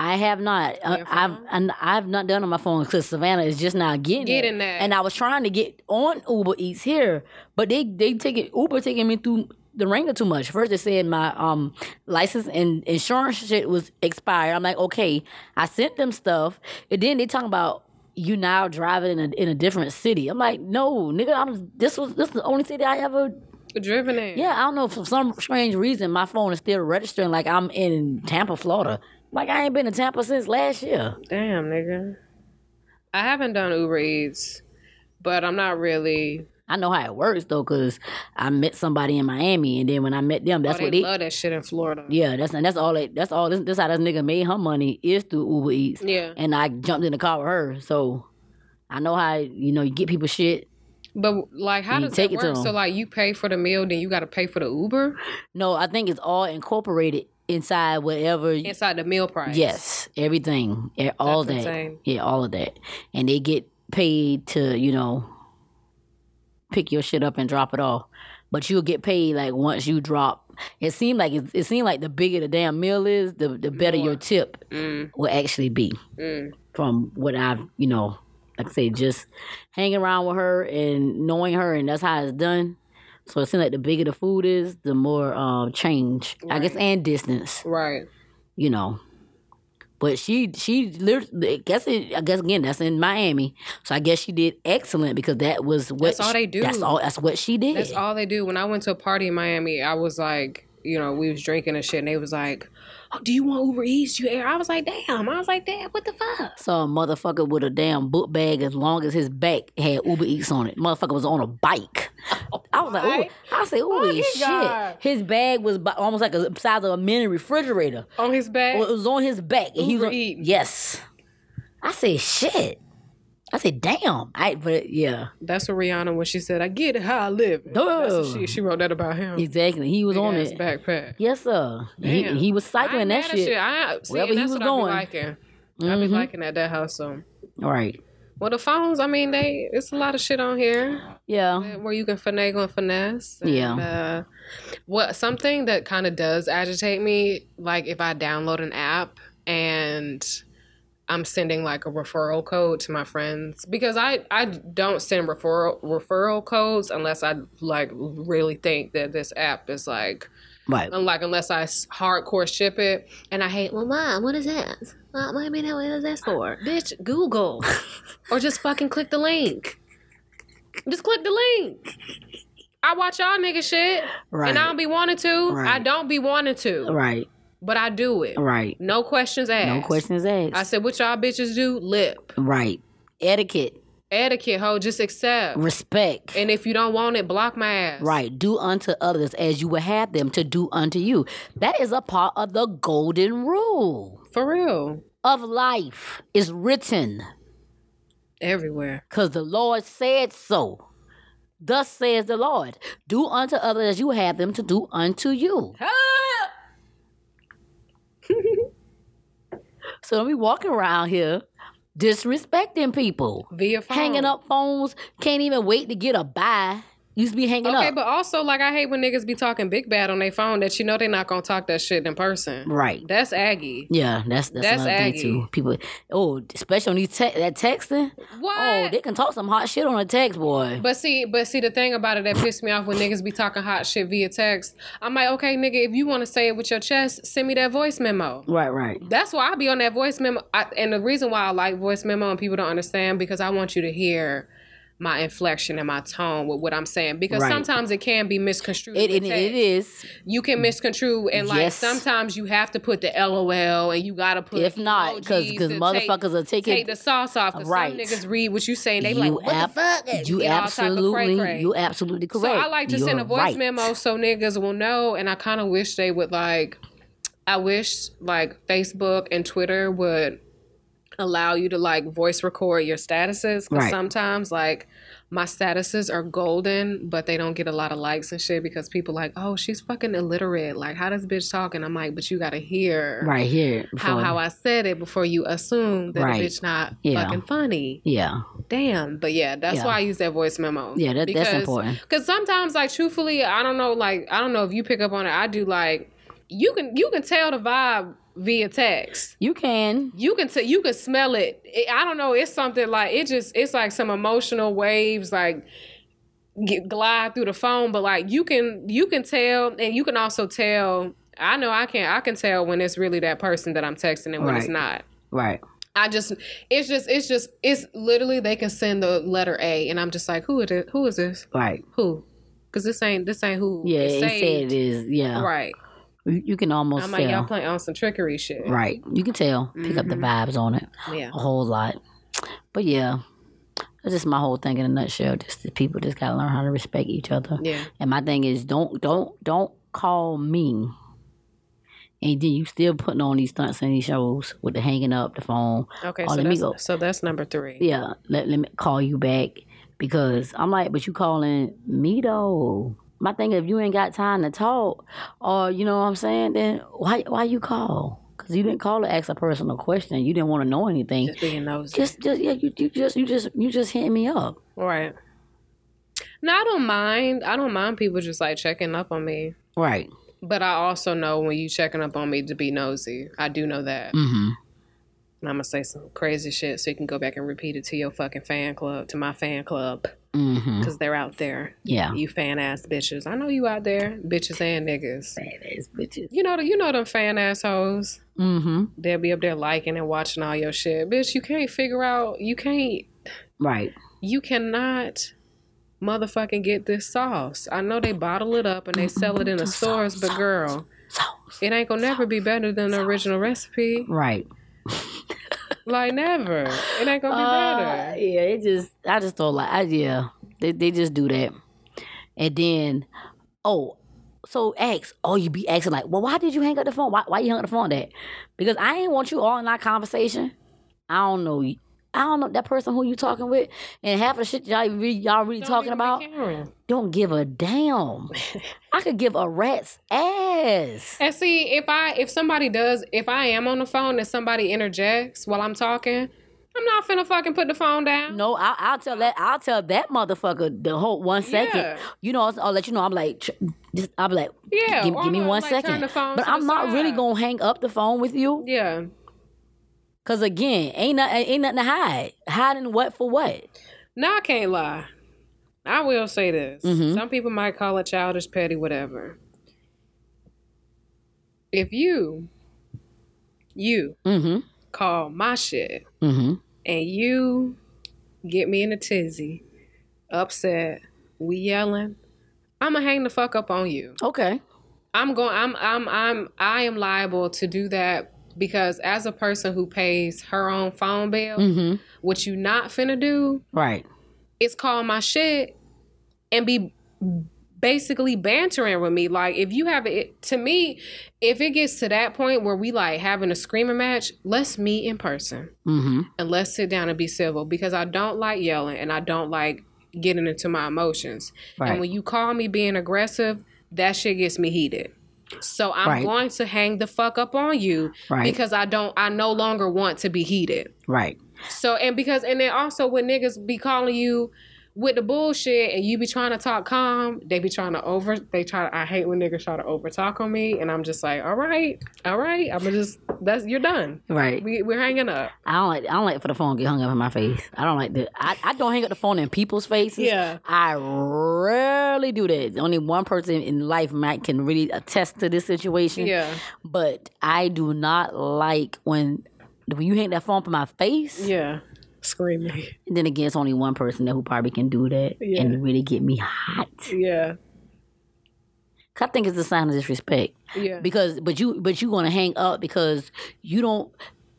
[SPEAKER 2] I have not. Uh,
[SPEAKER 1] your
[SPEAKER 2] I've and I've not done on my phone because Savannah is just not getting
[SPEAKER 1] Getting
[SPEAKER 2] it.
[SPEAKER 1] that.
[SPEAKER 2] And I was trying to get on Uber Eats here, but they they taking Uber taking me through the ringer too much. First they said my um license and insurance shit was expired. I'm like, okay, I sent them stuff, and then they talking about you now driving in a, in a different city. I'm like, no, nigga, I'm this was this is the only city I ever
[SPEAKER 1] Driven in.
[SPEAKER 2] yeah, I don't know. For some strange reason, my phone is still registering like I'm in Tampa, Florida. Like I ain't been to Tampa since last year.
[SPEAKER 1] Damn, nigga. I haven't done Uber Eats, but I'm not really. oh,
[SPEAKER 2] I know how it works though, cause I met somebody in Miami, and then when I met them, that's
[SPEAKER 1] oh, they
[SPEAKER 2] what they.
[SPEAKER 1] love that shit in Florida.
[SPEAKER 2] yeah, that's and that's all. They, that's all. This, this how this nigga made her money is through Uber Eats.
[SPEAKER 1] Yeah.
[SPEAKER 2] And I jumped in the car with her, so I know how you know you get people shit.
[SPEAKER 1] But like, how
[SPEAKER 2] You
[SPEAKER 1] does
[SPEAKER 2] take
[SPEAKER 1] that
[SPEAKER 2] it to
[SPEAKER 1] work? So
[SPEAKER 2] them.
[SPEAKER 1] like, you pay for the meal, then you got to pay for the Uber
[SPEAKER 2] No, I think it's all incorporated inside whatever.
[SPEAKER 1] inside the meal price.
[SPEAKER 2] Yes, everything, e- all
[SPEAKER 1] That's
[SPEAKER 2] that.
[SPEAKER 1] insane.
[SPEAKER 2] Yeah, all of that, and they get paid to you know pick your shit up and drop it off. But you'll get paid like once you drop. It seemed like it, it seemed like the bigger the damn meal is, the the better your tip
[SPEAKER 1] Mm,
[SPEAKER 2] will actually be.
[SPEAKER 1] mm.
[SPEAKER 2] From what I've you know, like I say, just hanging around with her and knowing her, and that's how it's done. So it seems like the bigger the food is, the more uh, change, I guess, and distance
[SPEAKER 1] Right.
[SPEAKER 2] you know. But she she literally I guess it, I guess again that's in Miami, so I guess she did excellent because that was what
[SPEAKER 1] That's all
[SPEAKER 2] she-
[SPEAKER 1] they do.
[SPEAKER 2] That's all that's what she did.
[SPEAKER 1] That's all they do. When I went to a party in Miami, I was like, you know, we was drinking and shit, and they was like, "Oh, do you want Uber Eats? You air?" I was like, "Damn!" I was like, "Damn, what the fuck?"
[SPEAKER 2] Saw a motherfucker with a damn book bag as long as his back had Uber Eats on it. Motherfucker was on a bike. I was like,
[SPEAKER 1] Why?
[SPEAKER 2] Ooh. I said, ooh,
[SPEAKER 1] he
[SPEAKER 2] shit.
[SPEAKER 1] got-
[SPEAKER 2] His bag was bu- almost like a size of a mini refrigerator.
[SPEAKER 1] On his back.
[SPEAKER 2] Well, it was on his back, and he was
[SPEAKER 1] Uber
[SPEAKER 2] on-
[SPEAKER 1] eating.
[SPEAKER 2] yes. I said, shit. I said, damn. I but yeah.
[SPEAKER 1] That's what Rihanna when she said, "I get it how I live." it." That's what
[SPEAKER 2] Oh.
[SPEAKER 1] she she wrote that about him.
[SPEAKER 2] Exactly. He was
[SPEAKER 1] Big
[SPEAKER 2] on
[SPEAKER 1] ass
[SPEAKER 2] it.
[SPEAKER 1] backpack.
[SPEAKER 2] Yes, sir. He,
[SPEAKER 1] Damn.
[SPEAKER 2] he was
[SPEAKER 1] I ain't
[SPEAKER 2] cycling
[SPEAKER 1] mad
[SPEAKER 2] that
[SPEAKER 1] at
[SPEAKER 2] shit.
[SPEAKER 1] I, see,
[SPEAKER 2] Wherever
[SPEAKER 1] and
[SPEAKER 2] he
[SPEAKER 1] that's
[SPEAKER 2] was
[SPEAKER 1] what
[SPEAKER 2] going. Mm-hmm.
[SPEAKER 1] I be liking. I be liking at that house. So,
[SPEAKER 2] Right.
[SPEAKER 1] well, the phones. I mean, they it's a lot of shit on here
[SPEAKER 2] Yeah.
[SPEAKER 1] where you can finagle and finesse. and,
[SPEAKER 2] Yeah.
[SPEAKER 1] Uh, what something that kind of does agitate me, like if I download an app and I'm sending like a referral code to my friends because I I don't send referral referral codes unless I like really think that this app is like
[SPEAKER 2] Right.
[SPEAKER 1] unlike unless I s- hardcore ship it and I hate well mom what is that mom I mean what is that for bitch Google or just fucking click the link just click the link I watch y'all nigga shit
[SPEAKER 2] Right.
[SPEAKER 1] and I don't be wanting to I
[SPEAKER 2] Right.
[SPEAKER 1] don't be wanting to
[SPEAKER 2] right.
[SPEAKER 1] but I do it
[SPEAKER 2] Right.
[SPEAKER 1] no questions asked
[SPEAKER 2] No questions asked.
[SPEAKER 1] I said, what y'all bitches do? Lip.
[SPEAKER 2] right. Etiquette.
[SPEAKER 1] Etiquette, ho, just accept.
[SPEAKER 2] Respect.
[SPEAKER 1] And if you don't want it, block my ass.
[SPEAKER 2] right. Do unto others as you would have them to do unto you. That is a part of the golden rule
[SPEAKER 1] For real.
[SPEAKER 2] of life. It's written
[SPEAKER 1] Everywhere.
[SPEAKER 2] because the Lord said so. Thus says the Lord, do unto others as you have them to do unto you. So don't be walking around here disrespecting people.
[SPEAKER 1] Via phone.
[SPEAKER 2] hanging up phones, can't even wait to get a buy. Used to be hanging
[SPEAKER 1] Okay,
[SPEAKER 2] up.
[SPEAKER 1] but also, like, I hate when niggas be talking big bad on their phone that you know they not gonna talk that shit in person.
[SPEAKER 2] right.
[SPEAKER 1] That's Aggie.
[SPEAKER 2] Yeah, that's that's,
[SPEAKER 1] That's
[SPEAKER 2] another
[SPEAKER 1] Aggie.
[SPEAKER 2] thing too. People, oh, especially on these te- that texting.
[SPEAKER 1] What?
[SPEAKER 2] Oh, they can talk some hot shit on a text, boy.
[SPEAKER 1] But see, but see, the thing about it that pissed me off when niggas be talking hot shit via text. I'm like, okay, nigga, if you want to say it with your chest, send me that voice memo.
[SPEAKER 2] right, right,
[SPEAKER 1] That's why I be on that voice memo. I, and the reason why I like voice memo and people don't understand because I want you to hear my inflection and my tone with what I'm saying because
[SPEAKER 2] Right.
[SPEAKER 1] sometimes it can be misconstrued.
[SPEAKER 2] It,
[SPEAKER 1] with
[SPEAKER 2] it, it
[SPEAKER 1] text.
[SPEAKER 2] is.
[SPEAKER 1] You can misconstrue and like
[SPEAKER 2] Mm. Yes.
[SPEAKER 1] sometimes you have to put the LOL and you gotta put
[SPEAKER 2] If not, because
[SPEAKER 1] emojis
[SPEAKER 2] because
[SPEAKER 1] to
[SPEAKER 2] motherfuckers are
[SPEAKER 1] take, take
[SPEAKER 2] taking
[SPEAKER 1] the sauce off. 'cause
[SPEAKER 2] Right.
[SPEAKER 1] Some niggas read what you say and they
[SPEAKER 2] you
[SPEAKER 1] like what
[SPEAKER 2] ab-
[SPEAKER 1] the fuck. and
[SPEAKER 2] You
[SPEAKER 1] get all type of
[SPEAKER 2] absolutely,
[SPEAKER 1] cray-cray.
[SPEAKER 2] you absolutely correct.
[SPEAKER 1] So I like to send a
[SPEAKER 2] You're
[SPEAKER 1] voice
[SPEAKER 2] right.
[SPEAKER 1] memo so niggas will know. And I kind of wish they would like. I wish like Facebook and Twitter would allow you to like voice record your statuses. 'Cause
[SPEAKER 2] Right.
[SPEAKER 1] sometimes like my statuses are golden, but they don't get a lot of likes and shit because people like, oh, she's fucking illiterate. Like, how does bitch talk? And I'm like, but you gotta hear
[SPEAKER 2] right here.
[SPEAKER 1] how
[SPEAKER 2] before-
[SPEAKER 1] how I said it before you assume that
[SPEAKER 2] Right.
[SPEAKER 1] the bitch not
[SPEAKER 2] Yeah.
[SPEAKER 1] fucking funny.
[SPEAKER 2] yeah,
[SPEAKER 1] Damn. But yeah, that's
[SPEAKER 2] Yeah.
[SPEAKER 1] why I use that voice memo.
[SPEAKER 2] yeah, that, that's
[SPEAKER 1] Because
[SPEAKER 2] important.
[SPEAKER 1] Cause sometimes, like truthfully, I don't know. Like I don't know if you pick up on it. I do. Like you can you can tell the vibe via text.
[SPEAKER 2] You can.
[SPEAKER 1] You can t- you can smell it. It- I don't know. It's something like it just it's like some emotional waves like get, glide through the phone. But like you can you can tell, and you can also tell. I know I can I can tell when it's really that person that I'm texting and when it's
[SPEAKER 2] Right.
[SPEAKER 1] not.
[SPEAKER 2] Right.
[SPEAKER 1] I just, it's just, it's just, it's literally they can send the letter A, and I'm just like, who is it? Who is this?
[SPEAKER 2] Right.
[SPEAKER 1] who? Because this ain't this ain't who.
[SPEAKER 2] Yeah,
[SPEAKER 1] is
[SPEAKER 2] it said
[SPEAKER 1] saved.
[SPEAKER 2] it is. Yeah.
[SPEAKER 1] Right.
[SPEAKER 2] You, you can almost
[SPEAKER 1] I'm like y'all
[SPEAKER 2] tell.
[SPEAKER 1] playing on some trickery shit.
[SPEAKER 2] Right. You can tell. Pick up the vibes on it
[SPEAKER 1] Yeah.
[SPEAKER 2] a whole lot. But yeah, that's just my whole thing in a nutshell. Just the people just gotta learn how to respect each other.
[SPEAKER 1] Yeah.
[SPEAKER 2] And my thing is, don't don't don't call me. And then you still putting on these stunts and these shows with the hanging up the phone.
[SPEAKER 1] Okay.
[SPEAKER 2] Oh,
[SPEAKER 1] so
[SPEAKER 2] let me
[SPEAKER 1] that's
[SPEAKER 2] go.
[SPEAKER 1] so that's number three.
[SPEAKER 2] Yeah, let, let me call you back because I'm like, but you calling me though. My thing, if you ain't got time to talk, or you know what I'm saying, then why why you call? Because you didn't call to ask a personal question. You didn't want to know anything.
[SPEAKER 1] Just being nosy.
[SPEAKER 2] Just just yeah, you, you just you just you just hit me up.
[SPEAKER 1] right. No, I don't mind. I don't mind people just like checking up on me.
[SPEAKER 2] Right.
[SPEAKER 1] But I also know when you checking up on me to be nosy. I do know that.
[SPEAKER 2] Mm-hmm.
[SPEAKER 1] And I'm gonna say some crazy shit so you can go back and repeat it to your fucking fan club, to my fan club,
[SPEAKER 2] Mm-hmm.
[SPEAKER 1] because they're out there.
[SPEAKER 2] Yeah.
[SPEAKER 1] You fan ass bitches. I know you out there, bitches and niggas.
[SPEAKER 2] Mm-hmm.
[SPEAKER 1] You know, the, you know them fan assholes. They'll be up there liking and watching all your shit, bitch. You can't figure out. You can't.
[SPEAKER 2] Right.
[SPEAKER 1] You cannot. Motherfucking get this sauce. I know they bottle it up and they sell it in the stores, but girl,
[SPEAKER 2] So
[SPEAKER 1] it ain't gonna never be better than the original recipe.
[SPEAKER 2] right.
[SPEAKER 1] Like never. It ain't
[SPEAKER 2] Uh,
[SPEAKER 1] gonna be better.
[SPEAKER 2] yeah, it just I just thought like I, yeah, they they just do that, and then oh, so ask oh you be asking like well why did you hang up the phone why why you hung up the phone that because I ain't want you all in our conversation I don't know you- I don't know that person who you talking with and half of the shit y'all re, y'all really talking about don't give a damn I could give a rat's ass
[SPEAKER 1] And see, if I if somebody does, if I am on the phone and somebody interjects while I'm talking, I'm not finna fucking put the phone down.
[SPEAKER 2] no I I'll tell that I'll tell that motherfucker the whole one second.
[SPEAKER 1] Yeah.
[SPEAKER 2] you know, I'll, I'll let you know. I'm like, tr- just, I'll be like,
[SPEAKER 1] Yeah,
[SPEAKER 2] give,
[SPEAKER 1] or
[SPEAKER 2] give me
[SPEAKER 1] I'm
[SPEAKER 2] one
[SPEAKER 1] like, turn
[SPEAKER 2] second.
[SPEAKER 1] the phone
[SPEAKER 2] But
[SPEAKER 1] to
[SPEAKER 2] I'm
[SPEAKER 1] the
[SPEAKER 2] not really
[SPEAKER 1] side.
[SPEAKER 2] gonna hang up the phone with you,
[SPEAKER 1] Yeah.
[SPEAKER 2] cause again, ain't not, ain't nothing to hide. Hiding what for what?
[SPEAKER 1] No, I can't lie. I will say this.
[SPEAKER 2] Mhm.
[SPEAKER 1] Some people might call it childish, petty, whatever. If you, you
[SPEAKER 2] Mm-hmm.
[SPEAKER 1] call my shit
[SPEAKER 2] Mm-hmm.
[SPEAKER 1] and you get me in a tizzy, upset, we yelling, I'ma hang the fuck up on you.
[SPEAKER 2] Okay.
[SPEAKER 1] I'm going. I'm. I'm. I'm. I am liable to do that because as a person who pays her own phone bill,
[SPEAKER 2] Mm-hmm.
[SPEAKER 1] what you not finna do
[SPEAKER 2] Right.
[SPEAKER 1] is call my shit and be basically bantering with me. Like if you have it to me, if it gets to that point where we like having a screaming match, let's meet in person
[SPEAKER 2] Mm-hmm.
[SPEAKER 1] and let's sit down and be civil because I don't like yelling and I don't like getting into my emotions.
[SPEAKER 2] Right.
[SPEAKER 1] And when you call me being aggressive, that shit gets me heated. So I'm
[SPEAKER 2] Right.
[SPEAKER 1] going to hang the fuck up on you
[SPEAKER 2] Right.
[SPEAKER 1] because I don't I no longer want to be heated.
[SPEAKER 2] right.
[SPEAKER 1] So and because and then also when niggas be calling you with the bullshit and you be trying to talk calm, they be trying to over they try I hate when niggas try to over talk on me and I'm just like, all right, all right, I'ma just that's you're done.
[SPEAKER 2] Right.
[SPEAKER 1] We we're hanging up.
[SPEAKER 2] I don't like. I don't like for the phone to get hung up in my face. I don't like that. I, I don't hang up the phone in people's faces.
[SPEAKER 1] Yeah.
[SPEAKER 2] I rarely do that. Only one person in life might can really attest to this situation.
[SPEAKER 1] Yeah.
[SPEAKER 2] But I do not like when when you hang that phone up in my face.
[SPEAKER 1] Yeah.
[SPEAKER 2] It's
[SPEAKER 1] screaming.
[SPEAKER 2] And then again, it's only one person that who probably can do that
[SPEAKER 1] Yeah.
[SPEAKER 2] and really get me hot.
[SPEAKER 1] Yeah.
[SPEAKER 2] 'Cause I think it's a sign of disrespect.
[SPEAKER 1] Yeah.
[SPEAKER 2] because but you but you gonna hang up because you don't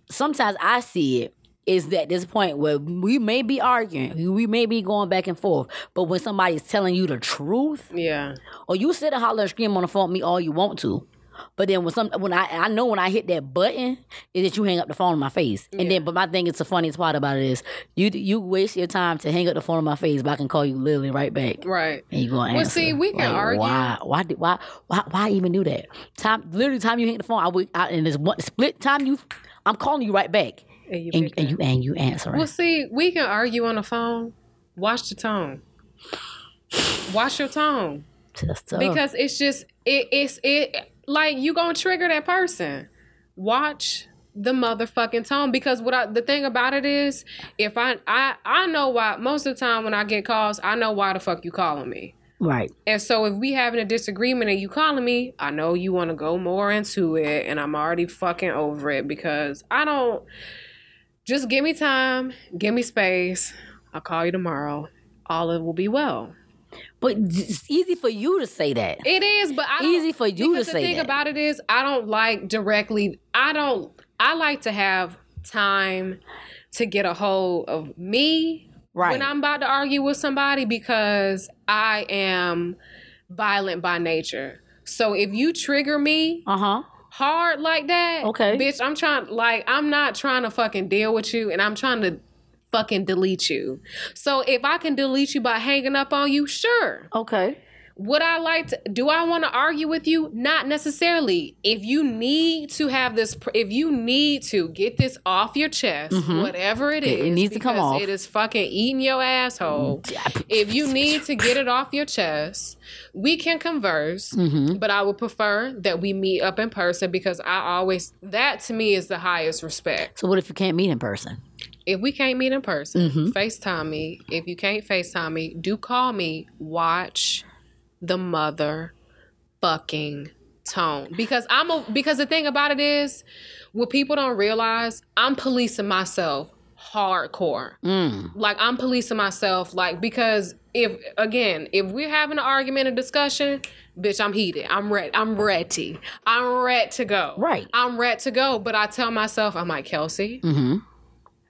[SPEAKER 2] sometimes i see it is that this point where we may be arguing we may be going back and forth but when somebody's telling you the truth
[SPEAKER 1] yeah.
[SPEAKER 2] or you sit and holler and scream on the phone at me all you want to but then when some when I I know when I hit that button is that you hang up the phone in my face and then but my thing is the funniest part about it is you you waste your time to hang up the phone in my face but I can call you literally right back
[SPEAKER 1] Right.
[SPEAKER 2] and you gonna
[SPEAKER 1] Well,
[SPEAKER 2] answer.
[SPEAKER 1] see, we can
[SPEAKER 2] Like,
[SPEAKER 1] argue.
[SPEAKER 2] Why? Why? Did, why? Why? Why even do that? Time, literally, time you hit the phone, I would. I, and this one split time you, I'm calling you right back,
[SPEAKER 1] And you
[SPEAKER 2] and,
[SPEAKER 1] pick
[SPEAKER 2] and
[SPEAKER 1] up.
[SPEAKER 2] you and you answering.
[SPEAKER 1] Well, see, we can argue on the phone. Watch the tone. Watch your tone
[SPEAKER 2] Just tough.
[SPEAKER 1] because it's just it, it's it like you gonna trigger that person. Watch the motherfucking tone because what I, the thing about it is, if I I I know why most of the time when I get calls, I know why the fuck you calling me.
[SPEAKER 2] right.
[SPEAKER 1] And so if we having a disagreement and you calling me, I know you want to go more into it and I'm already fucking over it because I don't just give me time, give me space. I'll call you tomorrow. All it will be well.
[SPEAKER 2] But it's easy for you to say that.
[SPEAKER 1] It is, but I don't,
[SPEAKER 2] Easy for you
[SPEAKER 1] because
[SPEAKER 2] to
[SPEAKER 1] the
[SPEAKER 2] say
[SPEAKER 1] thing
[SPEAKER 2] that.
[SPEAKER 1] about it is I don't like directly I don't I like to have time to get a hold of me
[SPEAKER 2] Right.
[SPEAKER 1] when I'm about to argue with somebody because I am violent by nature. So if you trigger me
[SPEAKER 2] uh huh.
[SPEAKER 1] hard like that,
[SPEAKER 2] Okay.
[SPEAKER 1] bitch, I'm trying like I'm not trying to fucking deal with you and I'm trying to fucking delete you. So if I can delete you by hanging up on you, sure.
[SPEAKER 2] Okay.
[SPEAKER 1] Would I like to? Do I want to argue with you? Not necessarily. If you need to have this, pr- if you need to get this off your chest, whatever it is,
[SPEAKER 2] Mm-hmm. It- it needs to come
[SPEAKER 1] because
[SPEAKER 2] off.
[SPEAKER 1] It is fucking eating your asshole. if you need to get it off your chest, we can converse.
[SPEAKER 2] Mm-hmm.
[SPEAKER 1] But I would prefer that we meet up in person because I always that to me is the highest respect
[SPEAKER 2] So what if you can't meet in person?
[SPEAKER 1] if we can't meet in person, FaceTime me. If you can't FaceTime me, do call me. Watch the mother fucking tone. Because I'm a because the thing about it is what people don't realize, I'm policing myself hardcore.
[SPEAKER 2] Mm.
[SPEAKER 1] Like I'm policing myself like because if again, if we're having an argument or discussion, bitch, I'm heated. I'm ready. I'm ready. I'm ready to go.
[SPEAKER 2] Right.
[SPEAKER 1] I'm ready to go. But I tell myself, I'm like, Kelsey,
[SPEAKER 2] Mm-hmm.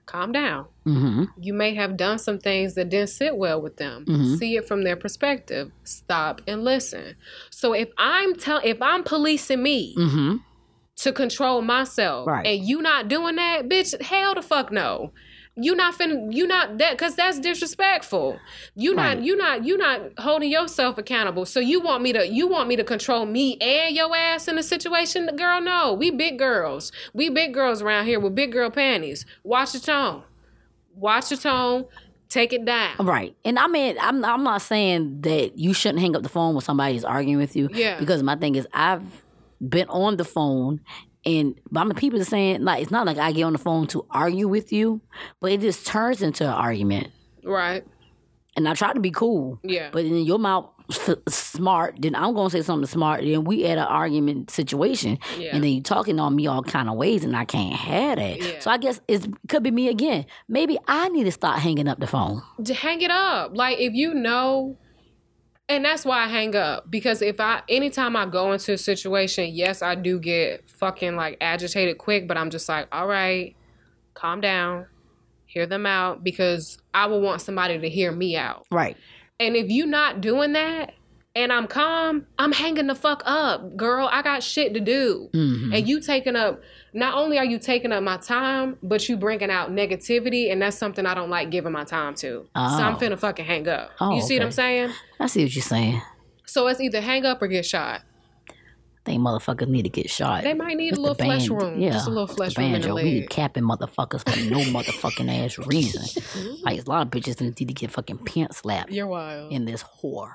[SPEAKER 1] calm down. You may have done some things that didn't sit well with them. See it from their perspective. Stop and listen. So if I'm tell if I'm policing me
[SPEAKER 2] Mm-hmm.
[SPEAKER 1] to control myself
[SPEAKER 2] Right.
[SPEAKER 1] and you not doing that, bitch, hell the fuck no. You not fin you not that cause that's disrespectful. You
[SPEAKER 2] Right.
[SPEAKER 1] not you not you not holding yourself accountable. So you want me to you want me to control me and your ass in a situation? Girl, no. We big girls. We big girls around here with big girl panties. Watch your tone. Watch your tone. Take it down.
[SPEAKER 2] Right. And I mean, I'm I'm not saying that you shouldn't hang up the phone when somebody's arguing with you.
[SPEAKER 1] Yeah.
[SPEAKER 2] Because my thing is, I've been on the phone. And but I mean, people are saying like it's not like I get on the phone to argue with you, but it just turns into an argument.
[SPEAKER 1] Right.
[SPEAKER 2] And I try to be cool,
[SPEAKER 1] Yeah.
[SPEAKER 2] but in your mouth s- smart. Then I'm gonna say something smart. Then we at an argument situation,
[SPEAKER 1] Yeah.
[SPEAKER 2] and then you talking on me all kind of ways, and I can't have that.
[SPEAKER 1] Yeah.
[SPEAKER 2] So I guess it could be me again. Maybe I need to start hanging up the phone.
[SPEAKER 1] to hang it up. Like if you know, and that's why I hang up because if I anytime I go into a situation, yes, I do get fucking like agitated quick, but I'm just like, all right, calm down, hear them out because I will want somebody to hear me out.
[SPEAKER 2] Right.
[SPEAKER 1] And if you not doing that and I'm calm, I'm hanging the fuck up, girl. I got shit to do.
[SPEAKER 2] Mm-hmm.
[SPEAKER 1] And you taking up not only are you taking up my time, but you bringing out negativity and that's something I don't like giving my time to. So I'm
[SPEAKER 2] Oh.
[SPEAKER 1] finna fucking hang up.
[SPEAKER 2] Oh,
[SPEAKER 1] you see what
[SPEAKER 2] okay.
[SPEAKER 1] I'm saying?
[SPEAKER 2] I see what you're saying.
[SPEAKER 1] So it's either hang up or get shot.
[SPEAKER 2] They motherfuckers need to get shot.
[SPEAKER 1] They might need
[SPEAKER 2] It's
[SPEAKER 1] a
[SPEAKER 2] the
[SPEAKER 1] little flesh
[SPEAKER 2] band-
[SPEAKER 1] room.
[SPEAKER 2] Yeah,
[SPEAKER 1] Just a little
[SPEAKER 2] it's the
[SPEAKER 1] flesh room in the
[SPEAKER 2] banjo. We
[SPEAKER 1] leg.
[SPEAKER 2] capping motherfuckers for no motherfucking ass reason.
[SPEAKER 1] Mm-hmm.
[SPEAKER 2] Like there's a lot of bitches that need to get fucking pants slapped
[SPEAKER 1] You're wild.
[SPEAKER 2] in this whore.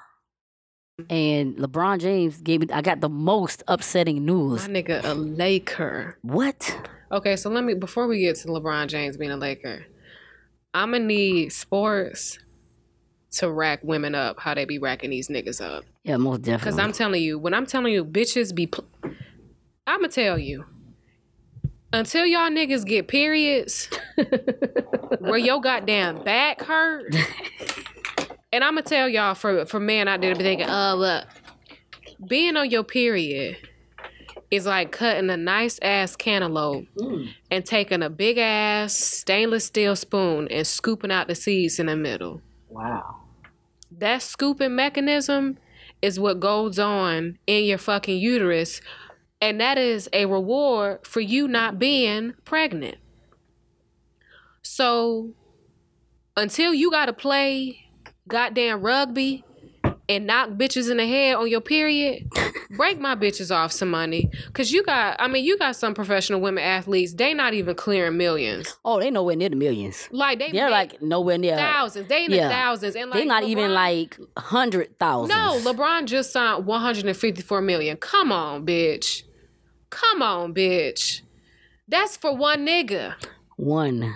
[SPEAKER 2] And LeBron James gave me. I got the most upsetting
[SPEAKER 1] My
[SPEAKER 2] news.
[SPEAKER 1] nigga a Laker.
[SPEAKER 2] What?
[SPEAKER 1] Okay, so let me before we get to LeBron James being a Laker, I'm gonna need sports to rack women up how they be racking these niggas up.
[SPEAKER 2] Yeah, most
[SPEAKER 1] Cause
[SPEAKER 2] definitely.
[SPEAKER 1] I'm telling you, when I'm telling you, bitches be. Pl- I'm gonna tell you. Until y'all niggas get periods where your goddamn back hurt. And I'ma tell y'all for for men out there to be thinking, uh look, being on your period is like cutting a nice ass cantaloupe and taking a big ass stainless steel spoon and scooping out the seeds in the middle.
[SPEAKER 2] Wow.
[SPEAKER 1] That scooping mechanism is what goes on in your fucking uterus. And that is a reward for you not being pregnant. So until you gotta play goddamn rugby and knock bitches in the head on your period, break my bitches off some money. Cause you got I mean, you got some professional women athletes, they not even clearing millions.
[SPEAKER 2] Oh, they nowhere near the millions.
[SPEAKER 1] Like they
[SPEAKER 2] They're
[SPEAKER 1] make
[SPEAKER 2] like nowhere near.
[SPEAKER 1] thousands. They in
[SPEAKER 2] Yeah.
[SPEAKER 1] the thousands. And like
[SPEAKER 2] They're not even
[SPEAKER 1] LeBron-
[SPEAKER 2] like hundred thousand.
[SPEAKER 1] no, LeBron just signed 154 million. Come on, bitch. Come on, bitch. That's for one nigga.
[SPEAKER 2] one.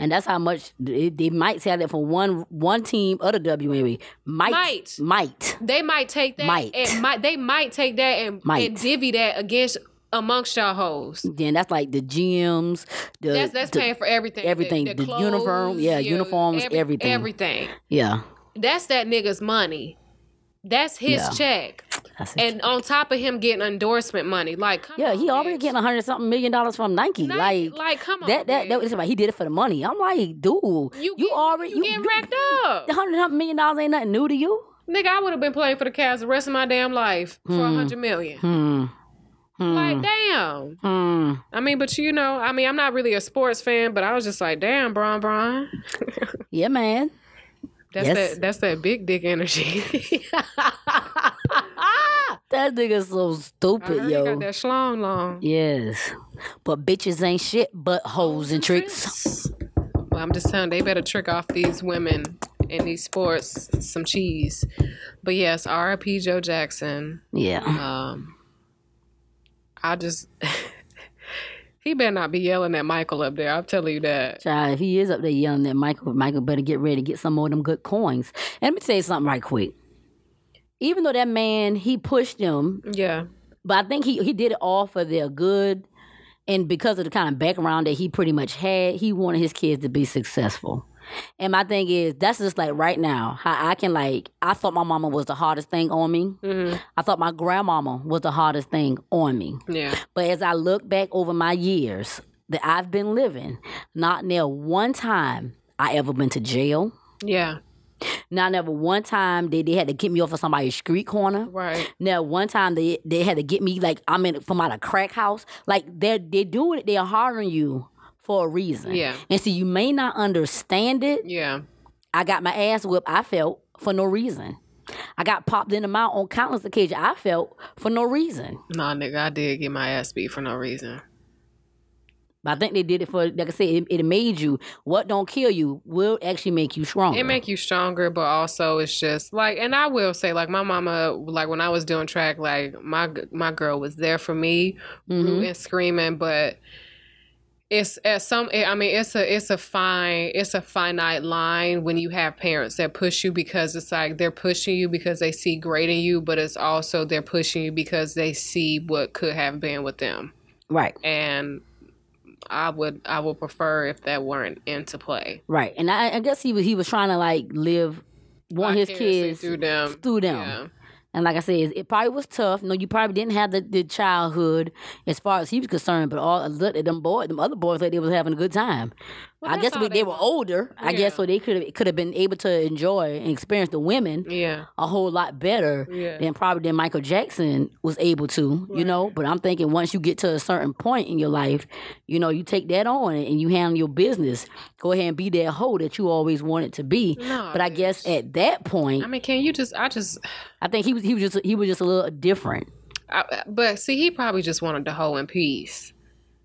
[SPEAKER 2] And that's how much they, they might say that for one one team other WNBA might
[SPEAKER 1] Might.
[SPEAKER 2] might.
[SPEAKER 1] They might take that
[SPEAKER 2] Might.
[SPEAKER 1] and might they might take that and,
[SPEAKER 2] Might.
[SPEAKER 1] and divvy that against amongst y'all hoes.
[SPEAKER 2] Then that's like the gyms, the
[SPEAKER 1] That's that's
[SPEAKER 2] the-
[SPEAKER 1] paying for everything.
[SPEAKER 2] everything. The
[SPEAKER 1] clothes,
[SPEAKER 2] uniform, yeah,
[SPEAKER 1] your-
[SPEAKER 2] uniforms, everything.
[SPEAKER 1] Everything.
[SPEAKER 2] yeah.
[SPEAKER 1] That's that nigga's money. That's his
[SPEAKER 2] Yeah.
[SPEAKER 1] check.
[SPEAKER 2] That's it.
[SPEAKER 1] And on top of him getting endorsement money, like come
[SPEAKER 2] yeah,
[SPEAKER 1] on,
[SPEAKER 2] he already
[SPEAKER 1] bitch.
[SPEAKER 2] getting a hundred something million dollars from Nike.
[SPEAKER 1] Nike,
[SPEAKER 2] like
[SPEAKER 1] like come on.
[SPEAKER 2] that that that
[SPEAKER 1] bitch.
[SPEAKER 2] was like he did it for the money. I'm like, dude, you,
[SPEAKER 1] You, get-
[SPEAKER 2] already
[SPEAKER 1] you, getting racked up.
[SPEAKER 2] the hundred something million dollars ain't nothing new to you.
[SPEAKER 1] Nigga, I would have been playing for the Cavs the rest of my damn life for a hundred million.
[SPEAKER 2] Hmm. Hmm.
[SPEAKER 1] Like, damn.
[SPEAKER 2] hmm.
[SPEAKER 1] I mean, but you know, I mean, I'm not really a sports fan, but I was just like, damn, Bron Bron.
[SPEAKER 2] Yeah, man.
[SPEAKER 1] That's
[SPEAKER 2] Yes.
[SPEAKER 1] that that's that big dick energy.
[SPEAKER 2] That nigga's so
[SPEAKER 1] I
[SPEAKER 2] stupid,
[SPEAKER 1] heard
[SPEAKER 2] yo.
[SPEAKER 1] he got that schlong long.
[SPEAKER 2] Yes. But bitches ain't shit but hoes and tricks.
[SPEAKER 1] Well, I'm just telling they better trick off these women in these sports some cheese. But yes, R.I.P. Joe Jackson.
[SPEAKER 2] Yeah.
[SPEAKER 1] Um, I just he better not be yelling at Michael up there. I'm telling you that.
[SPEAKER 2] Child, if he is up there yelling at Michael, Michael better get ready to get some more of them good coins. And let me tell you something right quick. Even though that man, he pushed them,
[SPEAKER 1] Yeah,
[SPEAKER 2] but I think he, he did it all for their good. And because of the kind of background that he pretty much had, he wanted his kids to be successful. And my thing is, that's just like right now, how I can like, I thought my mama was the hardest thing on me. I thought my grandmama was the hardest thing on me.
[SPEAKER 1] yeah.
[SPEAKER 2] But as I look back over my years that I've been living, not near one time I ever been to jail.
[SPEAKER 1] Yeah,
[SPEAKER 2] Not never one time they, they had to get me off of somebody's street corner.
[SPEAKER 1] right.
[SPEAKER 2] Now one time they they had to get me like I'm in from out of crack house. Like they're they're doing it, they're hard on you for a reason.
[SPEAKER 1] Yeah.
[SPEAKER 2] And so you may not understand it.
[SPEAKER 1] Yeah,
[SPEAKER 2] I got my ass whipped, I felt, for no reason. I got popped in the mouth on countless occasions, I felt, for no reason.
[SPEAKER 1] nah, nigga, I did get my ass beat for no reason.
[SPEAKER 2] But I think they did it for, like I said, it, it made you. What don't kill you will actually make you stronger.
[SPEAKER 1] It make you stronger, but also it's just like, and I will say, like my mama, like when I was doing track, like my my girl was there for me,
[SPEAKER 2] Mhm.
[SPEAKER 1] and screaming, but it's at some. I mean, it's a it's a fine it's a finite line when you have parents that push you because it's like they're pushing you because they see great in you, but it's also they're pushing you because they see what could have been with them,
[SPEAKER 2] right,
[SPEAKER 1] and I would I would prefer if that weren't into play.
[SPEAKER 2] right. And I, I guess he was he was trying to like live, want his
[SPEAKER 1] Vicariously
[SPEAKER 2] kids
[SPEAKER 1] through them.
[SPEAKER 2] through them.
[SPEAKER 1] Yeah.
[SPEAKER 2] And like I said, it probably was tough. No, you probably didn't have the, the childhood as far as he was concerned. But all look at them boys, them other boys, like they was having a good time.
[SPEAKER 1] Well,
[SPEAKER 2] I
[SPEAKER 1] that's
[SPEAKER 2] guess
[SPEAKER 1] all
[SPEAKER 2] we,
[SPEAKER 1] they
[SPEAKER 2] they were
[SPEAKER 1] want.
[SPEAKER 2] older. I
[SPEAKER 1] Yeah.
[SPEAKER 2] guess so they could could have been able to enjoy and experience the women
[SPEAKER 1] Yeah.
[SPEAKER 2] a whole lot better
[SPEAKER 1] Yeah.
[SPEAKER 2] than probably than Michael Jackson was able to, you know. But I'm thinking once you get to a certain point in your life, you know, you take that on and you handle your business. Go ahead and be that hoe that you always wanted to be.
[SPEAKER 1] Nah,
[SPEAKER 2] but I guess at that point,
[SPEAKER 1] I mean, can you just? I just.
[SPEAKER 2] I think he was he was just he was just a little different.
[SPEAKER 1] I, uh, but see, he probably just wanted to hoe in peace.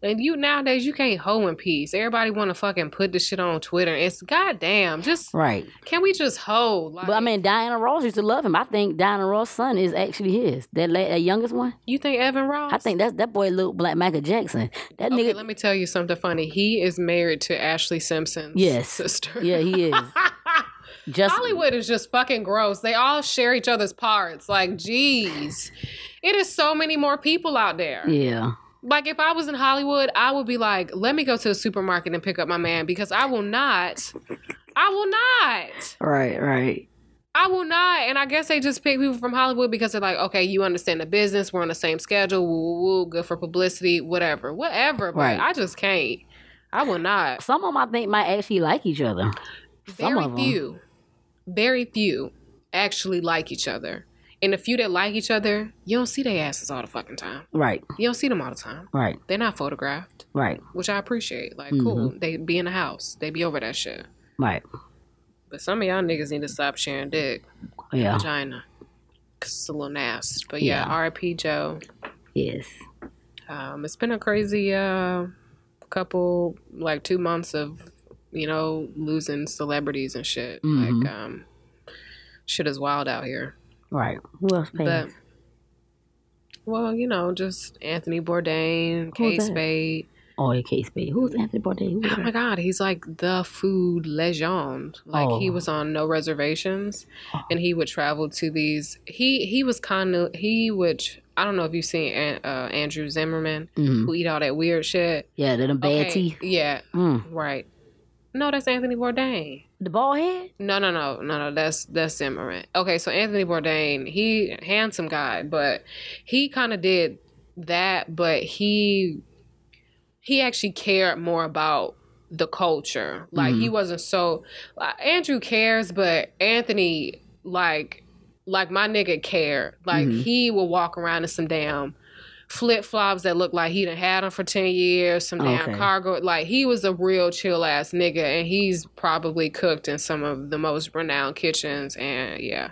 [SPEAKER 1] And you nowadays, you can't hoe in peace. Everybody want to fucking put this shit on Twitter. It's goddamn. Just
[SPEAKER 2] Right.
[SPEAKER 1] can we just hoe? Like,
[SPEAKER 2] But I mean, Diana Ross used to love him. I think Diana Ross' son is actually his. That, la- that youngest one.
[SPEAKER 1] you think Evan Ross?
[SPEAKER 2] I think that's that boy looked like Michael Jackson. That
[SPEAKER 1] Okay,
[SPEAKER 2] nigga.
[SPEAKER 1] let me tell you something funny. He is married to Ashley Simpson's
[SPEAKER 2] Yes.
[SPEAKER 1] sister.
[SPEAKER 2] Yeah, he is. Just
[SPEAKER 1] Hollywood is just fucking gross. They all share each other's parts. Like, jeez, it is so many more people out there.
[SPEAKER 2] yeah.
[SPEAKER 1] Like if I was in Hollywood, I would be like, let me go to the supermarket and pick up my man because I will not. I will not.
[SPEAKER 2] Right, right.
[SPEAKER 1] I will not. And I guess they just pick people from Hollywood because they're like, okay, you understand the business. We're on the same schedule. Woo, woo, woo. Good for publicity. Whatever, whatever. But
[SPEAKER 2] Right.
[SPEAKER 1] I just can't. I will not.
[SPEAKER 2] Some of them I think might actually like each other. Some
[SPEAKER 1] Very
[SPEAKER 2] of 'em.
[SPEAKER 1] few, very few actually like each other. And the few that like each other, you don't see their asses all the fucking time.
[SPEAKER 2] Right,
[SPEAKER 1] You don't see them all the time.
[SPEAKER 2] right,
[SPEAKER 1] They're not photographed,
[SPEAKER 2] right,
[SPEAKER 1] which I appreciate. Like,
[SPEAKER 2] Mm-hmm.
[SPEAKER 1] cool. They be in the house. They be over that shit.
[SPEAKER 2] right.
[SPEAKER 1] But some of y'all niggas need to stop sharing dick,
[SPEAKER 2] Yeah.
[SPEAKER 1] vagina. Cause it's a little nasty. But yeah,
[SPEAKER 2] Yeah.
[SPEAKER 1] R.I.P. Joe.
[SPEAKER 2] Yes.
[SPEAKER 1] Um, it's been a crazy uh, couple, like two months of, you know, losing celebrities and shit.
[SPEAKER 2] Mhm.
[SPEAKER 1] Like, um, shit is wild out here.
[SPEAKER 2] Right. Who else pays?
[SPEAKER 1] But, well, you know, just Anthony Bourdain,
[SPEAKER 2] Who's
[SPEAKER 1] Kate
[SPEAKER 2] that?
[SPEAKER 1] Spade.
[SPEAKER 2] oh, your case paid. Who's Anthony Bourdain? Who was
[SPEAKER 1] Oh my
[SPEAKER 2] that?
[SPEAKER 1] God, he's like the food legend. Like he
[SPEAKER 2] Oh.
[SPEAKER 1] was on no reservations,
[SPEAKER 2] Oh.
[SPEAKER 1] and he would travel to these. He he was kind of he would. I don't know if you've seen An- uh, Andrew Zimmerman
[SPEAKER 2] Mhm.
[SPEAKER 1] who eat all that weird shit.
[SPEAKER 2] Yeah, the them bad
[SPEAKER 1] Okay,
[SPEAKER 2] teeth.
[SPEAKER 1] Yeah,
[SPEAKER 2] Mm.
[SPEAKER 1] Right. No, that's Anthony Bourdain.
[SPEAKER 2] The bald head?
[SPEAKER 1] No, no, no, no, no. That's that's Zimmerman. Okay, so Anthony Bourdain, he handsome guy, but he kind of did that, but he he actually cared more about the culture. Like he wasn't so like, Andrew cares, but Anthony like like my nigga cared. Like
[SPEAKER 2] Mhm.
[SPEAKER 1] he will walk around in some damn flip flops that look like he done had them for ten years, some damn
[SPEAKER 2] Okay.
[SPEAKER 1] cargo. Like he was a real chill ass nigga, and he's probably cooked in some of the most renowned kitchens. And yeah,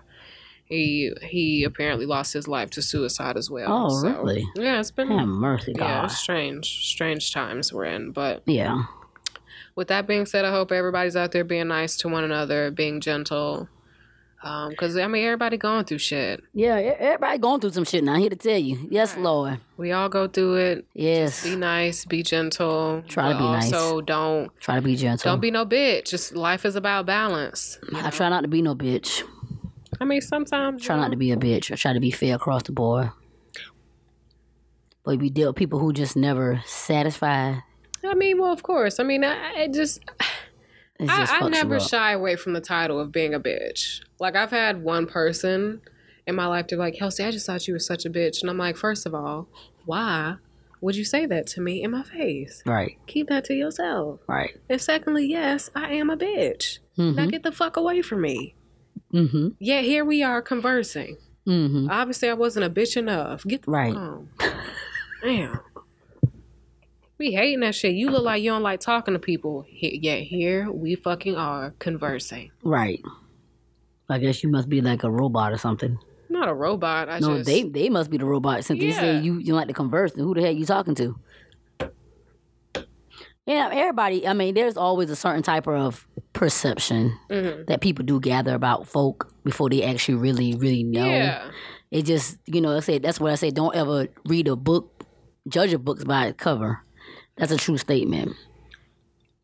[SPEAKER 1] he he apparently lost his life to suicide as well.
[SPEAKER 2] Oh, really?
[SPEAKER 1] Yeah, it's been
[SPEAKER 2] Have mercy,
[SPEAKER 1] yeah,
[SPEAKER 2] God.
[SPEAKER 1] it's strange, strange times we're in. But
[SPEAKER 2] Yeah.
[SPEAKER 1] with that being said, I hope everybody's out there being nice to one another, being gentle. Um, cause I mean, everybody going through shit.
[SPEAKER 2] Yeah, e- everybody going through some shit now. I'm here to tell you. Yes,
[SPEAKER 1] Right.
[SPEAKER 2] Lord.
[SPEAKER 1] We all go through it.
[SPEAKER 2] Yes.
[SPEAKER 1] Be nice, be gentle.
[SPEAKER 2] Try to
[SPEAKER 1] but
[SPEAKER 2] be nice.
[SPEAKER 1] Also, don't
[SPEAKER 2] Try to be gentle.
[SPEAKER 1] Don't be no bitch. Just life is about balance. you know?
[SPEAKER 2] I try not to be no bitch.
[SPEAKER 1] I mean, sometimes
[SPEAKER 2] Try not to be a bitch. I try to be fair across the board. But we deal with people who just never satisfied.
[SPEAKER 1] I mean, well, of course. I mean, I, I just,
[SPEAKER 2] It just
[SPEAKER 1] I, I
[SPEAKER 2] fucks you
[SPEAKER 1] never
[SPEAKER 2] up.
[SPEAKER 1] shy away from the title of being a bitch. Like I've had one person in my life. They're like, Kelsey, I just thought you were such a bitch, and I'm like, first of all, why would you say that to me in my face?
[SPEAKER 2] Right,
[SPEAKER 1] Keep that to yourself.
[SPEAKER 2] right.
[SPEAKER 1] And secondly, yes, I am a bitch. Now
[SPEAKER 2] Mm-hmm.
[SPEAKER 1] get the fuck away from me.
[SPEAKER 2] Mm-hmm.
[SPEAKER 1] Yet here we are conversing.
[SPEAKER 2] Mm-hmm.
[SPEAKER 1] Obviously, I wasn't a bitch enough. Get the
[SPEAKER 2] Right.
[SPEAKER 1] fuck on. Damn. We hating that shit. You look like you don't like talking to people. He- Yeah, here we fucking are conversing.
[SPEAKER 2] Right. I guess you must be like a robot or something.
[SPEAKER 1] I'm not a robot. I
[SPEAKER 2] no,
[SPEAKER 1] just
[SPEAKER 2] they they must be the robot since they
[SPEAKER 1] Yeah.
[SPEAKER 2] say you you like to converse. Then who the hell you talking to? Yeah, everybody. I mean, there's always a certain type of perception
[SPEAKER 1] Mhm.
[SPEAKER 2] that people do gather about folk before they actually really really know.
[SPEAKER 1] Yeah.
[SPEAKER 2] It just you know I say that's what I say. Don't ever read a book, judge a book by its cover. That's a true statement.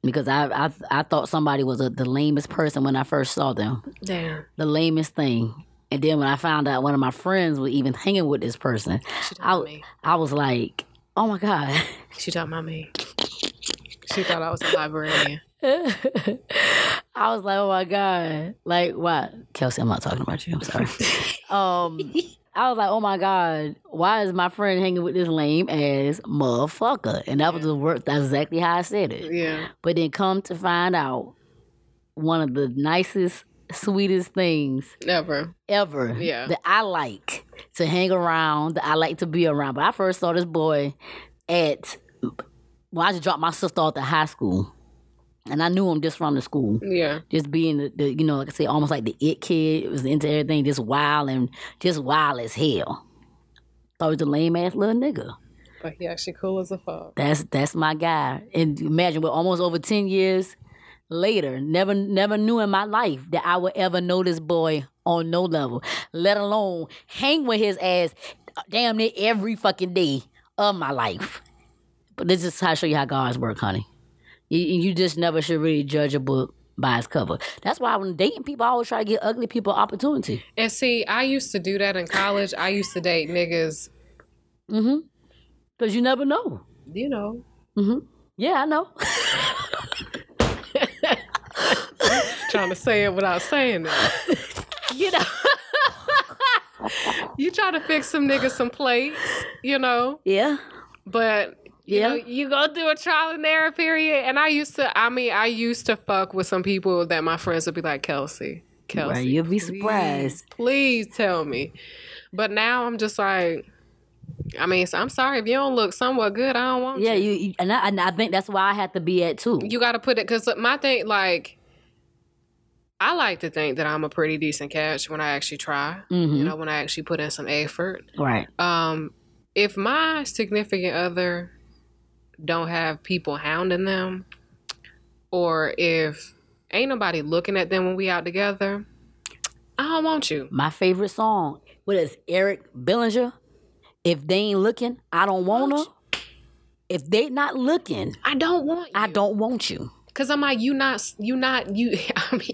[SPEAKER 2] Because I I, I thought somebody was a, the lamest person when I first saw them
[SPEAKER 1] Damn.
[SPEAKER 2] the lamest thing. And then when I found out one of my friends was even hanging with this person,
[SPEAKER 1] She talking
[SPEAKER 2] I
[SPEAKER 1] about me.
[SPEAKER 2] I was like, oh my god.
[SPEAKER 1] She talking about me. She thought I was a librarian.
[SPEAKER 2] I was like, oh my god, like what, Kelsey? I'm not talking about you. I'm sorry. um, I was like, oh my god, why is my friend hanging with this lame ass motherfucker? And that was the word. That's exactly how I said it.
[SPEAKER 1] Yeah.
[SPEAKER 2] But then come to find out, one of the nicest, sweetest things
[SPEAKER 1] Never.
[SPEAKER 2] ever
[SPEAKER 1] Yeah.
[SPEAKER 2] that I like to hang around, that I like to be around. But I first saw this boy at well, I just dropped my sister off at high school, and I knew him just from the school,
[SPEAKER 1] Yeah.
[SPEAKER 2] just being the, the you know like I say almost like the it kid. It was into everything, just wild and just wild as hell. Thought he was a lame ass little nigga.
[SPEAKER 1] But he actually cool as a fuck.
[SPEAKER 2] That's that's my guy. And imagine we're almost over ten years later. Never never knew in my life that I would ever know this boy on no level, let alone hang with his ass damn near every fucking day of my life. But this is how I show you how God's work, honey. You, you just never should really judge a book by its cover. That's why when dating people, I always try to get ugly people opportunity.
[SPEAKER 1] And see, I used to do that in college. I used to date niggas
[SPEAKER 2] Mm-hmm. Because you never know.
[SPEAKER 1] You know.
[SPEAKER 2] Yeah, I know.
[SPEAKER 1] Trying to say it without saying it.
[SPEAKER 2] you know.
[SPEAKER 1] You try to fix some niggas some plates, you know,
[SPEAKER 2] Yeah.
[SPEAKER 1] but you
[SPEAKER 2] Yeah.
[SPEAKER 1] know, you go through a trial and error period. And I used to, I mean, I used to fuck with some people that my friends would be like, Kelsey, Kelsey.
[SPEAKER 2] Right, you'll be surprised.
[SPEAKER 1] Please tell me. But now I'm just like, I mean, so- I'm sorry if you don't look somewhat good. I don't want
[SPEAKER 2] Yeah,
[SPEAKER 1] you.
[SPEAKER 2] you, you and, I, and I think that's why I had to be at too.
[SPEAKER 1] You got to put it because my thing, like, I like to think that I'm a pretty decent catch when I actually try. You know, when I actually put in some effort.
[SPEAKER 2] Mm-hmm. Right.
[SPEAKER 1] Um, if my significant other don't have people hounding them, or if ain't nobody looking at them when we out together, I don't want you.
[SPEAKER 2] My favorite song. What is Eric Billinger? If they ain't looking, I don't wanna. If they not looking,
[SPEAKER 1] I don't want you.
[SPEAKER 2] I don't want you.
[SPEAKER 1] Cause I'm like, you not, you not, you. I mean,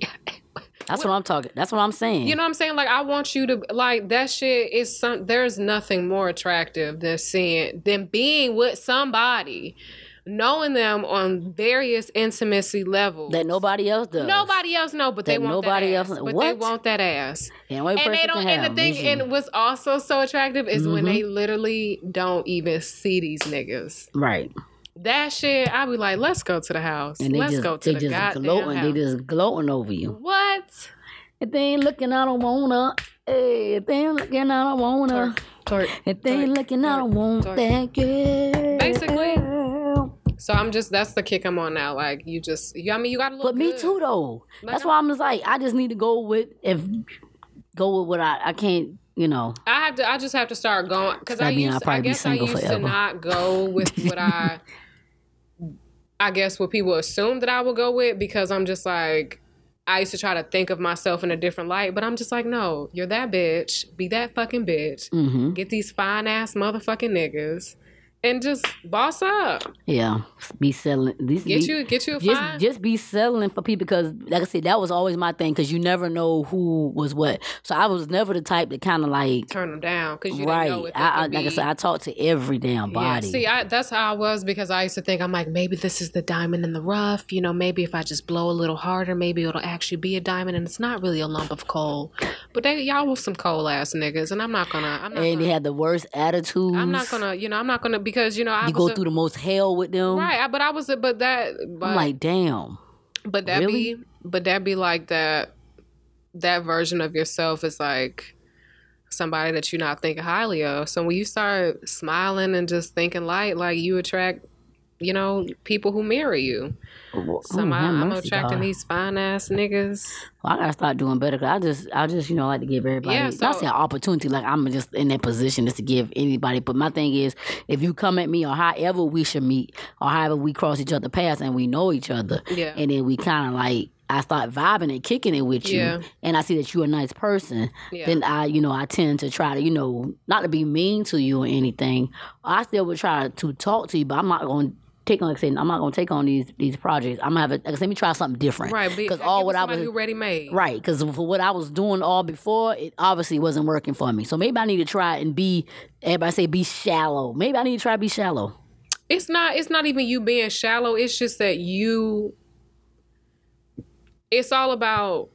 [SPEAKER 2] That's what, I'm talking. That's what I'm saying.
[SPEAKER 1] you know what I'm saying? Like, I want you to like that shit is some. There's nothing more attractive than seeing than being with somebody, knowing them on various intimacy levels.
[SPEAKER 2] that nobody else does.
[SPEAKER 1] Nobody else know, but they
[SPEAKER 2] That
[SPEAKER 1] want
[SPEAKER 2] nobody
[SPEAKER 1] that
[SPEAKER 2] else-
[SPEAKER 1] ass. But they
[SPEAKER 2] what?
[SPEAKER 1] want that ass,
[SPEAKER 2] The only
[SPEAKER 1] and
[SPEAKER 2] person
[SPEAKER 1] they don't.
[SPEAKER 2] can have
[SPEAKER 1] And
[SPEAKER 2] Mm-hmm.
[SPEAKER 1] the thing,
[SPEAKER 2] is you.
[SPEAKER 1] and what's also so attractive is when they literally don't even see these niggas.
[SPEAKER 2] right.
[SPEAKER 1] That shit, I be like, let's go to the house.
[SPEAKER 2] And they
[SPEAKER 1] let's
[SPEAKER 2] just
[SPEAKER 1] go to
[SPEAKER 2] they
[SPEAKER 1] the
[SPEAKER 2] just
[SPEAKER 1] goddamn
[SPEAKER 2] gloating.
[SPEAKER 1] house.
[SPEAKER 2] They just gloating over you.
[SPEAKER 1] what?
[SPEAKER 2] If they ain't looking, I don't wanna. Hey, if they ain't looking, I don't wanna.
[SPEAKER 1] Twerk.
[SPEAKER 2] If they ain't looking, I don't want
[SPEAKER 1] Sorry.
[SPEAKER 2] that girl.
[SPEAKER 1] Basically. So I'm just that's the kick I'm on now. Like you just, you, I mean, you gotta look.
[SPEAKER 2] But me
[SPEAKER 1] good.
[SPEAKER 2] too though. That's why I'm just like I just need to go with if go with what I I can't you know
[SPEAKER 1] I have to. I just have to start going because I
[SPEAKER 2] gotta be- I'll
[SPEAKER 1] used. I
[SPEAKER 2] probably be
[SPEAKER 1] guess I
[SPEAKER 2] single
[SPEAKER 1] used to
[SPEAKER 2] forever.
[SPEAKER 1] not go with what I. I guess what people assume that I will go with because I'm just like. I used to try to think of myself in a different light, but I'm just like, no, you're that bitch. Be that fucking bitch.
[SPEAKER 2] Mhm.
[SPEAKER 1] Get these fine ass motherfucking niggas, and just boss up.
[SPEAKER 2] yeah be selling these
[SPEAKER 1] Get
[SPEAKER 2] be-
[SPEAKER 1] you, get you a
[SPEAKER 2] just
[SPEAKER 1] fine.
[SPEAKER 2] just be settling for people because like I said that was always my thing because you never know who was what so I was never the type that kind of like
[SPEAKER 1] turn them down because you
[SPEAKER 2] right
[SPEAKER 1] didn't know if they
[SPEAKER 2] I, I
[SPEAKER 1] could
[SPEAKER 2] like I
[SPEAKER 1] be-
[SPEAKER 2] said I talked to every damn
[SPEAKER 1] Yeah,
[SPEAKER 2] body
[SPEAKER 1] see, I, that's how I was because I used to think I'm like maybe this is the diamond in the rough. You know, maybe if I just blow a little harder, maybe it'll actually be a diamond, and it's not really a lump of coal. But they y'all with some coal ass niggas, and I'm not gonna. I'm not.
[SPEAKER 2] and they
[SPEAKER 1] Gonna,
[SPEAKER 2] had the worst attitudes
[SPEAKER 1] I'm not gonna. You know, I'm not gonna because you know I was
[SPEAKER 2] you go
[SPEAKER 1] a-
[SPEAKER 2] through the most hell with them
[SPEAKER 1] right. I, but I was a but that. But,
[SPEAKER 2] I'm like damn
[SPEAKER 1] but that
[SPEAKER 2] really?
[SPEAKER 1] be but that be like that. That version of yourself is like somebody that you're not thinking highly of. So when you start smiling and just thinking light, like you attract, you know, people who mirror you. So
[SPEAKER 2] Oh,
[SPEAKER 1] I'm,
[SPEAKER 2] have
[SPEAKER 1] I'm
[SPEAKER 2] mercy,
[SPEAKER 1] attracting
[SPEAKER 2] God.
[SPEAKER 1] these fine ass niggas.
[SPEAKER 2] Well, I gotta start doing better. Cause I just, I just, you know, like to give everybody.
[SPEAKER 1] Yeah, so-
[SPEAKER 2] not saying opportunity. Like I'm just in that position just to give anybody. But my thing is, if you come at me or however we should meet or however we cross each other paths and we know each other,
[SPEAKER 1] Yeah.
[SPEAKER 2] and then we kind of like I start vibing and kicking it with you,
[SPEAKER 1] Yeah.
[SPEAKER 2] and I see that you're a nice person,
[SPEAKER 1] Yeah.
[SPEAKER 2] then I, you know, I tend to try to, you know, not to be mean to you or anything. I still would try to talk to you, but I'm not going. to Take on, like I said, I'm not gonna take on these these projects. I'm gonna have a, like, I said, let me try something different.
[SPEAKER 1] Right.
[SPEAKER 2] Because all what I was
[SPEAKER 1] who ready made.
[SPEAKER 2] Right, because for what I was doing all before, it obviously wasn't working for me. So maybe I need to try and be. Everybody say be shallow. Maybe I need to try to be shallow.
[SPEAKER 1] It's not. It's not even you being shallow. It's just that you. It's all about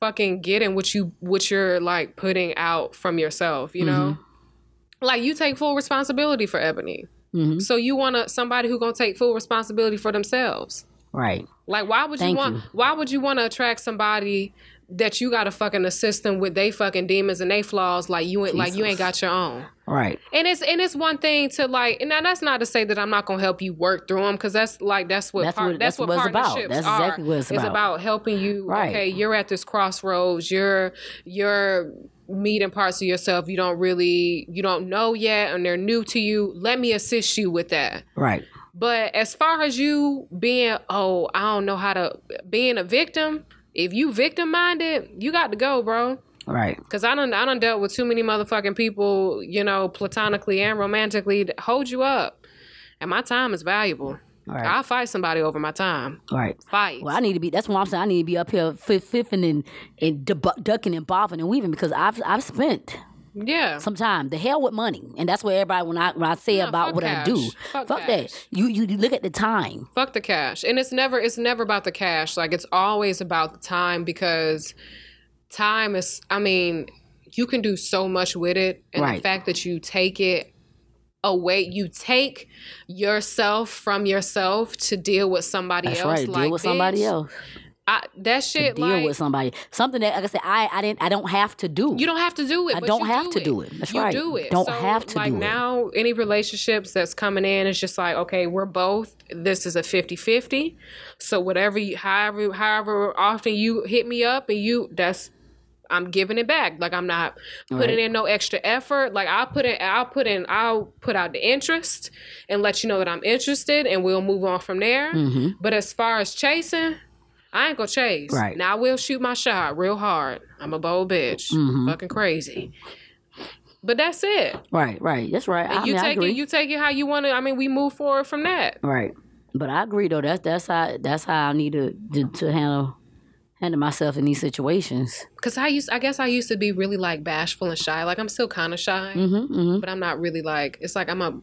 [SPEAKER 1] fucking getting what you what you're like putting out from yourself. You know, like you take full responsibility for Ebony.
[SPEAKER 2] Mm-hmm.
[SPEAKER 1] So you want to somebody who gonna take full responsibility for themselves.
[SPEAKER 2] Right.
[SPEAKER 1] Like why would
[SPEAKER 2] Thank
[SPEAKER 1] you want
[SPEAKER 2] you.
[SPEAKER 1] why would you want to attract somebody that you gotta fucking assist them with they fucking demons and they flaws like you ain't like you ain't got your own.
[SPEAKER 2] Right.
[SPEAKER 1] And it's and it's one thing to like and now that's not to say that I'm not gonna help you work through them because that's like that's what
[SPEAKER 2] That's
[SPEAKER 1] par-
[SPEAKER 2] what- that's what it's about.
[SPEAKER 1] partnerships
[SPEAKER 2] That's
[SPEAKER 1] are.
[SPEAKER 2] exactly what it's about.
[SPEAKER 1] helping you.
[SPEAKER 2] Right.
[SPEAKER 1] Okay, you're at this crossroads. You're you're meeting parts of yourself you don't really you don't know yet and they're new to you. Let me assist you with that.
[SPEAKER 2] Right.
[SPEAKER 1] But as far as you being, oh, I don't know how to being a victim. If you victim minded, you got to go, bro.
[SPEAKER 2] Right.
[SPEAKER 1] Cause I done I done dealt with too many motherfucking people, you know, platonically and romantically that hold you up. And my time is valuable.
[SPEAKER 2] Right.
[SPEAKER 1] I'll fight somebody over my time.
[SPEAKER 2] Right.
[SPEAKER 1] Fight.
[SPEAKER 2] Well, I need to be. That's why I'm saying I need to be up here fi- fiffing and and debu- ducking and bobbing and weaving because I've I've spent
[SPEAKER 1] Yeah.
[SPEAKER 2] Sometimes the hell with money, and that's what everybody when I when I say
[SPEAKER 1] Nah,
[SPEAKER 2] about
[SPEAKER 1] fuck
[SPEAKER 2] what I do,
[SPEAKER 1] cash. Fuck cash.
[SPEAKER 2] that. You, you you look at the time.
[SPEAKER 1] Fuck the cash. And it's never it's never about the cash. Like it's always about the time because time is I mean, you can do so much with it. And the
[SPEAKER 2] Right.
[SPEAKER 1] fact that you take it away, you take yourself from yourself to deal with somebody
[SPEAKER 2] That's
[SPEAKER 1] else.
[SPEAKER 2] right.
[SPEAKER 1] Like,
[SPEAKER 2] deal with somebody
[SPEAKER 1] bitch,
[SPEAKER 2] else.
[SPEAKER 1] I, that shit
[SPEAKER 2] Deal
[SPEAKER 1] like
[SPEAKER 2] with somebody. Something that, like I said, I I didn't I don't have to do.
[SPEAKER 1] you don't have to do it.
[SPEAKER 2] I
[SPEAKER 1] but
[SPEAKER 2] don't
[SPEAKER 1] you
[SPEAKER 2] have
[SPEAKER 1] do
[SPEAKER 2] to
[SPEAKER 1] it.
[SPEAKER 2] do it. That's
[SPEAKER 1] you
[SPEAKER 2] right.
[SPEAKER 1] do it.
[SPEAKER 2] Don't
[SPEAKER 1] So,
[SPEAKER 2] have to
[SPEAKER 1] like
[SPEAKER 2] do it.
[SPEAKER 1] now, any relationships that's coming in is just like, okay, we're both. This is a 50-50. So whatever, you, however, however often you hit me up and you, that's. I'm giving it back. Like I'm not putting
[SPEAKER 2] Right.
[SPEAKER 1] in no extra effort. Like I'll put in, I'll put in, I'll put out the interest and let you know that I'm interested, and we'll move on from there.
[SPEAKER 2] Mm-hmm.
[SPEAKER 1] But as far as chasing, I ain't gonna chase.
[SPEAKER 2] Right.
[SPEAKER 1] Now I will shoot my shot real hard. I'm a bold bitch.
[SPEAKER 2] Mm-hmm.
[SPEAKER 1] Fucking crazy. But that's it.
[SPEAKER 2] Right, right. That's right. I
[SPEAKER 1] you
[SPEAKER 2] mean, I
[SPEAKER 1] take
[SPEAKER 2] agree.
[SPEAKER 1] it. You take it how you want it. I mean, we move forward from that.
[SPEAKER 2] Right. But I agree though. That's that's how that's how I need to to, to handle handle myself in these situations.
[SPEAKER 1] Cause I used, I guess I used to be really like bashful and shy. Like I'm still kind of shy,
[SPEAKER 2] Mm-hmm.
[SPEAKER 1] but I'm not really like. It's like I'm a,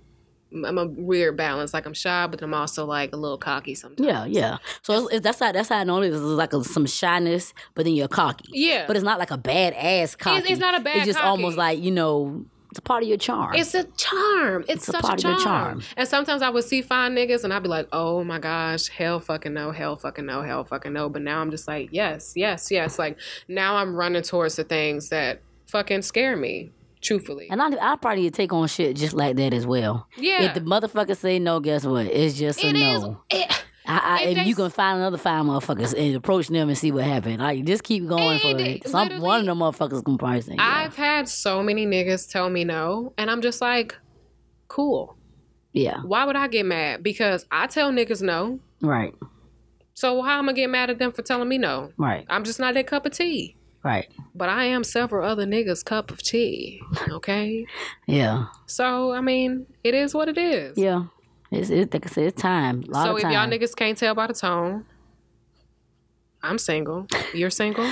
[SPEAKER 1] I'm a weird balance. Like I'm shy, but I'm also like a little cocky sometimes.
[SPEAKER 2] Yeah, yeah. So it's, it's, that's how that's how I know it is like a, some shyness, but then you're cocky.
[SPEAKER 1] Yeah.
[SPEAKER 2] But it's not like a bad ass cocky.
[SPEAKER 1] it's not a bad
[SPEAKER 2] It's just
[SPEAKER 1] cocky.
[SPEAKER 2] almost like you know it's a part of your charm.
[SPEAKER 1] It's a charm. It's,
[SPEAKER 2] a
[SPEAKER 1] such
[SPEAKER 2] part
[SPEAKER 1] a
[SPEAKER 2] of your
[SPEAKER 1] charm.
[SPEAKER 2] charm.
[SPEAKER 1] And sometimes I would see fine niggas and I'd be like, oh my gosh, hell fucking no, hell fucking no, hell fucking no. But now I'm just like, yes, yes, yes. Like now I'm running towards the things that fucking scare me, truthfully.
[SPEAKER 2] and I, I probably need to take on shit just like that as well.
[SPEAKER 1] Yeah.
[SPEAKER 2] If the motherfucker say no, guess what? It's just a
[SPEAKER 1] It
[SPEAKER 2] no.
[SPEAKER 1] is- it-
[SPEAKER 2] I, I,
[SPEAKER 1] If
[SPEAKER 2] and
[SPEAKER 1] they
[SPEAKER 2] you can find another five motherfuckers and approach them and see what happened. Like, just keep going for
[SPEAKER 1] And
[SPEAKER 2] it. Some one of them motherfuckers can probably say, yeah.
[SPEAKER 1] I've had so many niggas tell me no, and I'm just like, cool.
[SPEAKER 2] yeah,
[SPEAKER 1] Why would I get mad? Because I tell niggas no.
[SPEAKER 2] right,
[SPEAKER 1] So how am I get mad at them for telling me no?
[SPEAKER 2] right,
[SPEAKER 1] I'm just not their cup of tea.
[SPEAKER 2] right,
[SPEAKER 1] But I am several other niggas' cup of tea. Okay.
[SPEAKER 2] yeah,
[SPEAKER 1] So I mean, it is what it is.
[SPEAKER 2] yeah. It's it, like I said, it's time. A lot
[SPEAKER 1] So
[SPEAKER 2] of
[SPEAKER 1] if
[SPEAKER 2] time.
[SPEAKER 1] y'all niggas can't tell by the tone, I'm single. You're single.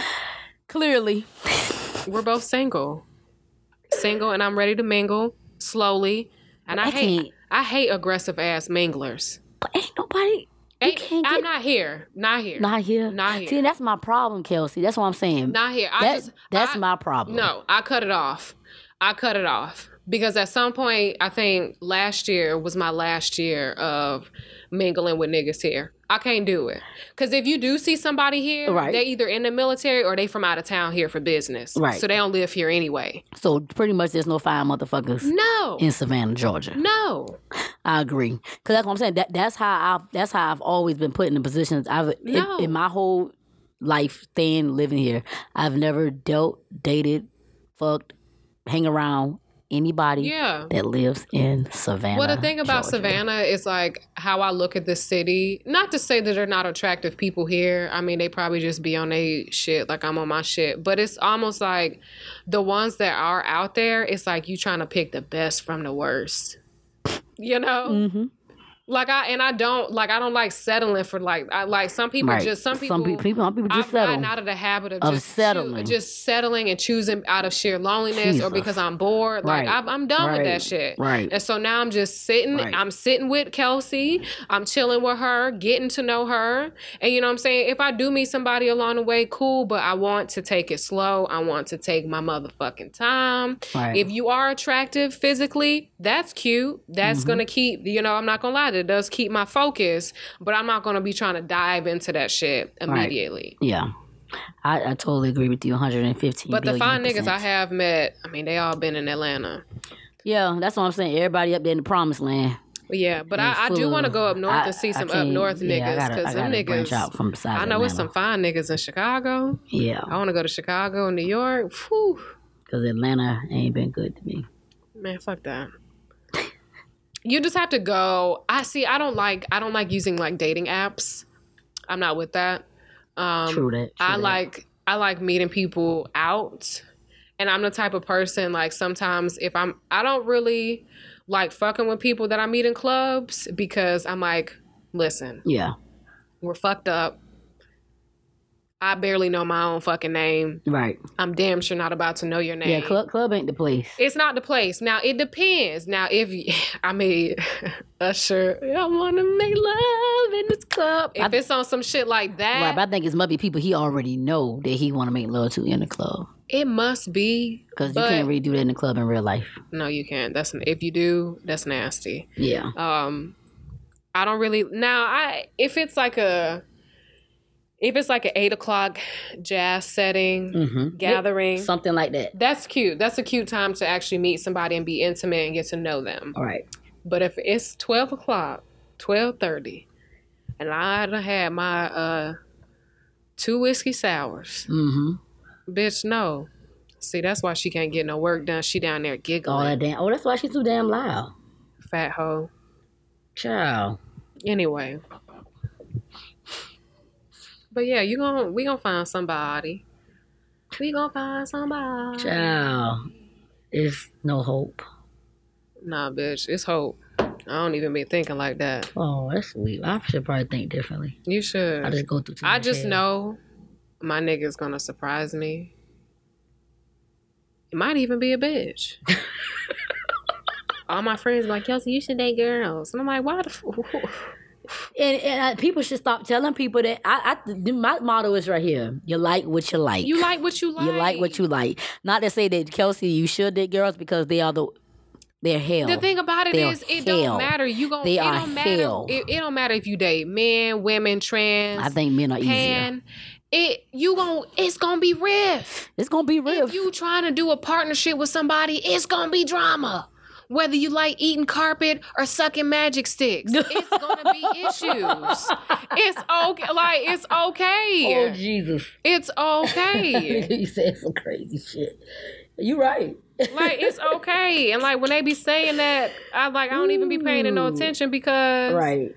[SPEAKER 2] clearly,
[SPEAKER 1] We're both single. Single, and I'm ready to mingle slowly. And I,
[SPEAKER 2] I
[SPEAKER 1] hate
[SPEAKER 2] can't-
[SPEAKER 1] I hate aggressive ass minglers.
[SPEAKER 2] but ain't nobody. You
[SPEAKER 1] Ain't-
[SPEAKER 2] can't
[SPEAKER 1] I'm
[SPEAKER 2] get
[SPEAKER 1] not here. Not here.
[SPEAKER 2] not here.
[SPEAKER 1] Not here.
[SPEAKER 2] See, that's my problem, Kelsey. That's what I'm saying.
[SPEAKER 1] Not here. I
[SPEAKER 2] that,
[SPEAKER 1] just
[SPEAKER 2] that's
[SPEAKER 1] I-
[SPEAKER 2] my problem.
[SPEAKER 1] No, I cut it off. I cut it off because at some point, I think last year was my last year of mingling with niggas here. I can't do it because if you do see somebody here,
[SPEAKER 2] Right.
[SPEAKER 1] they either in the military or they from out of town here for business,
[SPEAKER 2] Right.
[SPEAKER 1] So they don't live here anyway.
[SPEAKER 2] So pretty much, there's no five motherfuckers
[SPEAKER 1] No,
[SPEAKER 2] in Savannah, Georgia.
[SPEAKER 1] no,
[SPEAKER 2] I agree, cause that's what I'm saying. That that's how I've that's how I've always been put in the positions. I've in-
[SPEAKER 1] No.
[SPEAKER 2] in, my whole life, staying living here, I've never dealt, dated, fucked, hang around anybody
[SPEAKER 1] yeah.
[SPEAKER 2] that lives in Savannah.
[SPEAKER 1] Well, the thing about
[SPEAKER 2] Georgia.
[SPEAKER 1] Savannah is like how I look at this city. Not to say that they're not attractive people here. I mean, they probably just be on their shit like I'm on my shit. But it's almost like the ones that are out there, it's like you trying to pick the best from the worst. You know?
[SPEAKER 2] Mm. Mm-hmm.
[SPEAKER 1] Like I and I don't like I don't like settling for like I like some people
[SPEAKER 2] right?
[SPEAKER 1] just some people
[SPEAKER 2] some pe- people, some people just
[SPEAKER 1] I've
[SPEAKER 2] settle.
[SPEAKER 1] gotten out of the habit of,
[SPEAKER 2] Of
[SPEAKER 1] just choo-
[SPEAKER 2] settling.
[SPEAKER 1] just settling and choosing out of sheer loneliness or
[SPEAKER 2] Jesus.
[SPEAKER 1] because I'm bored. Like
[SPEAKER 2] Right.
[SPEAKER 1] I've, I'm done with
[SPEAKER 2] Right.
[SPEAKER 1] that shit.
[SPEAKER 2] Right.
[SPEAKER 1] And so now I'm just sitting.
[SPEAKER 2] Right.
[SPEAKER 1] I'm sitting with Kelsey. I'm chilling with her, getting to know her. And you know what I'm saying? If I do meet somebody along the way, cool. But I want to take it slow. I want to take my motherfucking time.
[SPEAKER 2] Right.
[SPEAKER 1] If you are attractive physically, that's cute. That's
[SPEAKER 2] Mm-hmm.
[SPEAKER 1] gonna keep. You know, I'm not gonna lie. That does keep my focus. But I'm not gonna be trying to dive into that shit immediately.
[SPEAKER 2] yeah, I, I totally agree with you, 115.
[SPEAKER 1] But the fine
[SPEAKER 2] billion
[SPEAKER 1] niggas I
[SPEAKER 2] percent.
[SPEAKER 1] have met, I mean, they all been in Atlanta.
[SPEAKER 2] yeah, that's what I'm saying. Everybody up there in the promised land.
[SPEAKER 1] But yeah, but I, I
[SPEAKER 2] full
[SPEAKER 1] do
[SPEAKER 2] of-
[SPEAKER 1] want to go up north
[SPEAKER 2] I-
[SPEAKER 1] and see
[SPEAKER 2] I
[SPEAKER 1] some up
[SPEAKER 2] can't-
[SPEAKER 1] north
[SPEAKER 2] yeah, I
[SPEAKER 1] niggas
[SPEAKER 2] gotta-
[SPEAKER 1] because
[SPEAKER 2] I
[SPEAKER 1] them
[SPEAKER 2] gotta branch out
[SPEAKER 1] niggas.
[SPEAKER 2] from besides
[SPEAKER 1] I know it's
[SPEAKER 2] Atlanta.
[SPEAKER 1] some fine niggas in Chicago.
[SPEAKER 2] Yeah,
[SPEAKER 1] I want to go to Chicago and New York. Whew.
[SPEAKER 2] because Atlanta ain't been good to me.
[SPEAKER 1] Man, fuck that. You just have to go. I see. I don't like. I don't like using like dating apps. I'm not with that. Um,
[SPEAKER 2] True that.
[SPEAKER 1] I
[SPEAKER 2] true that.
[SPEAKER 1] like I like meeting people out. And I'm the type of person like sometimes if I'm I don't really like fucking with people that I meet in clubs because I'm like, listen,
[SPEAKER 2] Yeah.
[SPEAKER 1] we're fucked up. I barely know my own fucking name.
[SPEAKER 2] Right.
[SPEAKER 1] I'm damn sure not about to know your name.
[SPEAKER 2] Yeah, club club ain't the place.
[SPEAKER 1] It's not the place. Now it depends. Now if you- I mean Usher, I wanna make love in this club. If
[SPEAKER 2] I-
[SPEAKER 1] it's on some shit like
[SPEAKER 2] Right,
[SPEAKER 1] that,
[SPEAKER 2] but I think it's must be people he already know that he want to make love to in the club
[SPEAKER 1] it must be.
[SPEAKER 2] because you
[SPEAKER 1] But-
[SPEAKER 2] can't really do that in the club in real life.
[SPEAKER 1] No, you can't. That's if you do, that's nasty.
[SPEAKER 2] Yeah,
[SPEAKER 1] Um, I don't really now. I if it's like a if it's like an eight o'clock jazz setting
[SPEAKER 2] mm-hmm.
[SPEAKER 1] gathering,
[SPEAKER 2] something like that.
[SPEAKER 1] that's cute. That's a cute time to actually meet somebody and be intimate and get to know them.
[SPEAKER 2] All right,
[SPEAKER 1] But if it's twelve o'clock, twelve thirty, and I done had my uh two whiskey sours,
[SPEAKER 2] mm-hmm.
[SPEAKER 1] bitch, no. See, that's why she can't get no work done. She down there
[SPEAKER 2] all
[SPEAKER 1] giggling,
[SPEAKER 2] that damn. Oh, that's why she's too damn loud.
[SPEAKER 1] fat hoe.
[SPEAKER 2] Child,
[SPEAKER 1] Anyway. But yeah, you going we gonna find somebody. We gonna find somebody.
[SPEAKER 2] child, there's no hope.
[SPEAKER 1] Nah, bitch, it's hope. I don't even be thinking like that.
[SPEAKER 2] Oh, that's weird. I should probably think differently.
[SPEAKER 1] You
[SPEAKER 2] I
[SPEAKER 1] should.
[SPEAKER 2] just go through. Too
[SPEAKER 1] I
[SPEAKER 2] much
[SPEAKER 1] just
[SPEAKER 2] hell.
[SPEAKER 1] know my nigga's gonna surprise me. It might even be a bitch. All my friends like, Kelsey, you should date girls. And I'm like, why the f-
[SPEAKER 2] and, and I, people should stop telling people that. I, I my motto is right here: you like what you like.
[SPEAKER 1] you like what you like.
[SPEAKER 2] You like what you like. Not to say that Kelsey, you should date girls because they are the they're hell.
[SPEAKER 1] The thing about it
[SPEAKER 2] They're
[SPEAKER 1] is, it don't
[SPEAKER 2] hell.
[SPEAKER 1] matter. You gon'
[SPEAKER 2] They
[SPEAKER 1] it
[SPEAKER 2] are
[SPEAKER 1] don't matter.
[SPEAKER 2] hell.
[SPEAKER 1] It, it don't matter if you date men, women, trans,
[SPEAKER 2] I think men are easier.
[SPEAKER 1] pan. It you gon' it's gonna be riff.
[SPEAKER 2] It's gonna be real.
[SPEAKER 1] If you trying to do a partnership with somebody, it's gonna be drama. Whether you like eating carpet or sucking magic sticks, it's gonna be issues. It's okay. Like it's
[SPEAKER 2] oh
[SPEAKER 1] okay.
[SPEAKER 2] Jesus!
[SPEAKER 1] It's okay.
[SPEAKER 2] you said some crazy shit. You right.
[SPEAKER 1] like it's okay. And like when they be saying that, I like I don't even be paying it no
[SPEAKER 2] Ooh.
[SPEAKER 1] attention because
[SPEAKER 2] Right.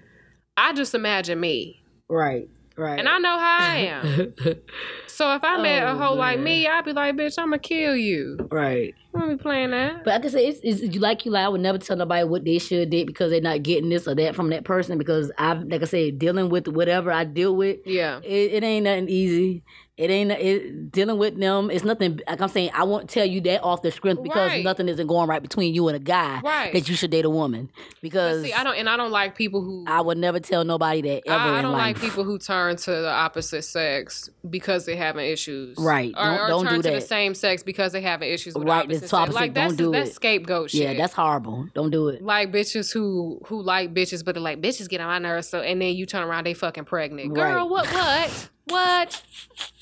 [SPEAKER 1] I just imagine me.
[SPEAKER 2] Right. Right.
[SPEAKER 1] And I know how I am. so if I met a
[SPEAKER 2] Oh,
[SPEAKER 1] hoe like
[SPEAKER 2] man.
[SPEAKER 1] me, I'd be like, bitch, I'ma kill you.
[SPEAKER 2] right.
[SPEAKER 1] I don't be playing that.
[SPEAKER 2] But I just say it's, it's you like you like. I would never tell nobody what they should date because they're not getting this or that from that person because I like I said dealing with whatever I deal with
[SPEAKER 1] yeah.
[SPEAKER 2] it, it ain't nothing easy. It ain't it, dealing with them. It's nothing. Like I'm saying, I won't tell you that off the script because
[SPEAKER 1] Right.
[SPEAKER 2] nothing isn't going right between you and a guy
[SPEAKER 1] Right.
[SPEAKER 2] that you should date a woman.
[SPEAKER 1] But
[SPEAKER 2] Because
[SPEAKER 1] see, I
[SPEAKER 2] I,
[SPEAKER 1] don't and I don't like people who I,
[SPEAKER 2] would never tell nobody that ever
[SPEAKER 1] I
[SPEAKER 2] in
[SPEAKER 1] don't
[SPEAKER 2] life.
[SPEAKER 1] like people who turn to the opposite sex because they're having issues.
[SPEAKER 2] Right.
[SPEAKER 1] Or,
[SPEAKER 2] Don't-
[SPEAKER 1] or
[SPEAKER 2] don't
[SPEAKER 1] turn
[SPEAKER 2] do
[SPEAKER 1] to the
[SPEAKER 2] that.
[SPEAKER 1] same sex because they having issues with
[SPEAKER 2] Right,
[SPEAKER 1] opposite
[SPEAKER 2] it's
[SPEAKER 1] sex.
[SPEAKER 2] opposite.
[SPEAKER 1] Like that's
[SPEAKER 2] Don't do
[SPEAKER 1] that's
[SPEAKER 2] it.
[SPEAKER 1] scapegoat shit.
[SPEAKER 2] yeah, that's horrible. Don't do it.
[SPEAKER 1] like bitches who who like bitches, but they're like bitches get on my nerves. So and then you turn around, they fucking pregnant. Girl,
[SPEAKER 2] Right.
[SPEAKER 1] what what what?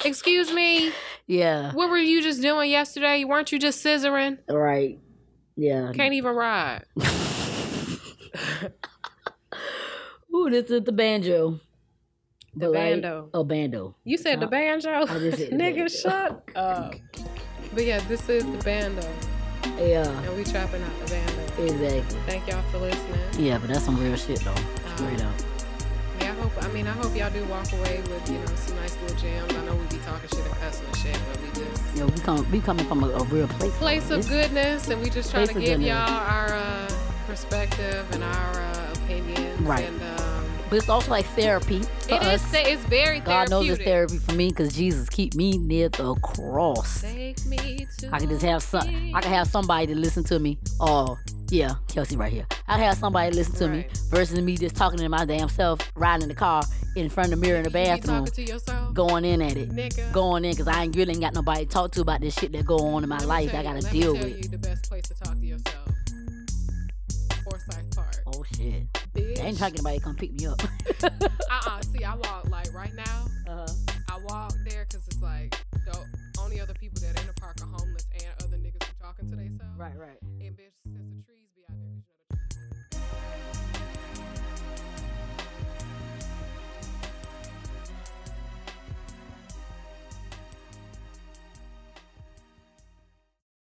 [SPEAKER 1] Excuse me,
[SPEAKER 2] Yeah.
[SPEAKER 1] what were you just doing yesterday? Weren't you just scissoring?
[SPEAKER 2] Right. Yeah.
[SPEAKER 1] Can't even ride.
[SPEAKER 2] Ooh, this is the banjo.
[SPEAKER 1] The
[SPEAKER 2] But like-
[SPEAKER 1] bando.
[SPEAKER 2] Oh, bando.
[SPEAKER 1] You said the banjo,
[SPEAKER 2] I just said the banjo.
[SPEAKER 1] nigga. Shut up. But yeah, this is the bando,
[SPEAKER 2] Yeah.
[SPEAKER 1] and we trapping out the bando.
[SPEAKER 2] Exactly.
[SPEAKER 1] Thank y'all for listening. Um,
[SPEAKER 2] Yeah, but that's some real shit though. Straight up.
[SPEAKER 1] Yeah, I hope. I mean, I hope y'all do walk away with you know some nice little gems. I know we be talking shit and cussing and shit, but we just.
[SPEAKER 2] Yeah, we come we coming from a, a real place.
[SPEAKER 1] place of
[SPEAKER 2] This-
[SPEAKER 1] goodness, and we just try
[SPEAKER 2] Place
[SPEAKER 1] to
[SPEAKER 2] of
[SPEAKER 1] give
[SPEAKER 2] goodness.
[SPEAKER 1] y'all our uh, perspective and our uh, opinions.
[SPEAKER 2] Right.
[SPEAKER 1] And, um,
[SPEAKER 2] But it's also like therapy for
[SPEAKER 1] it
[SPEAKER 2] us.
[SPEAKER 1] is. Th- it's very
[SPEAKER 2] God knows it's
[SPEAKER 1] therapeutic.
[SPEAKER 2] therapy for me because Jesus keep me near the cross.
[SPEAKER 1] Take me to.
[SPEAKER 2] I can just have some. I can have somebody to listen to me. Oh, yeah, Kelsey right here. I can have somebody to listen to me
[SPEAKER 1] Right.
[SPEAKER 2] versus me just talking to my damn self, riding in the car in front of the mirror in the
[SPEAKER 1] You be
[SPEAKER 2] bathroom,
[SPEAKER 1] talking to yourself,
[SPEAKER 2] going in at it,
[SPEAKER 1] nigga.
[SPEAKER 2] going in because I ain't really ain't got nobody to talk to about this shit that go on in my
[SPEAKER 1] Let me
[SPEAKER 2] life.
[SPEAKER 1] tell
[SPEAKER 2] I
[SPEAKER 1] you-
[SPEAKER 2] gotta
[SPEAKER 1] let
[SPEAKER 2] deal
[SPEAKER 1] me tell
[SPEAKER 2] with.
[SPEAKER 1] You the best place to talk to yourself. Forsyth Park.
[SPEAKER 2] Oh shit!
[SPEAKER 1] Bitch.
[SPEAKER 2] I ain't trying to get nobody to come pick me up.
[SPEAKER 1] Uh-uh. See, I walk like right now.
[SPEAKER 2] Uh,
[SPEAKER 1] I walk there because it's like the only other people that in the park are homeless and other niggas who talking to themselves.
[SPEAKER 2] right, right.
[SPEAKER 1] And bitch, since the trees be out there, 'cause you know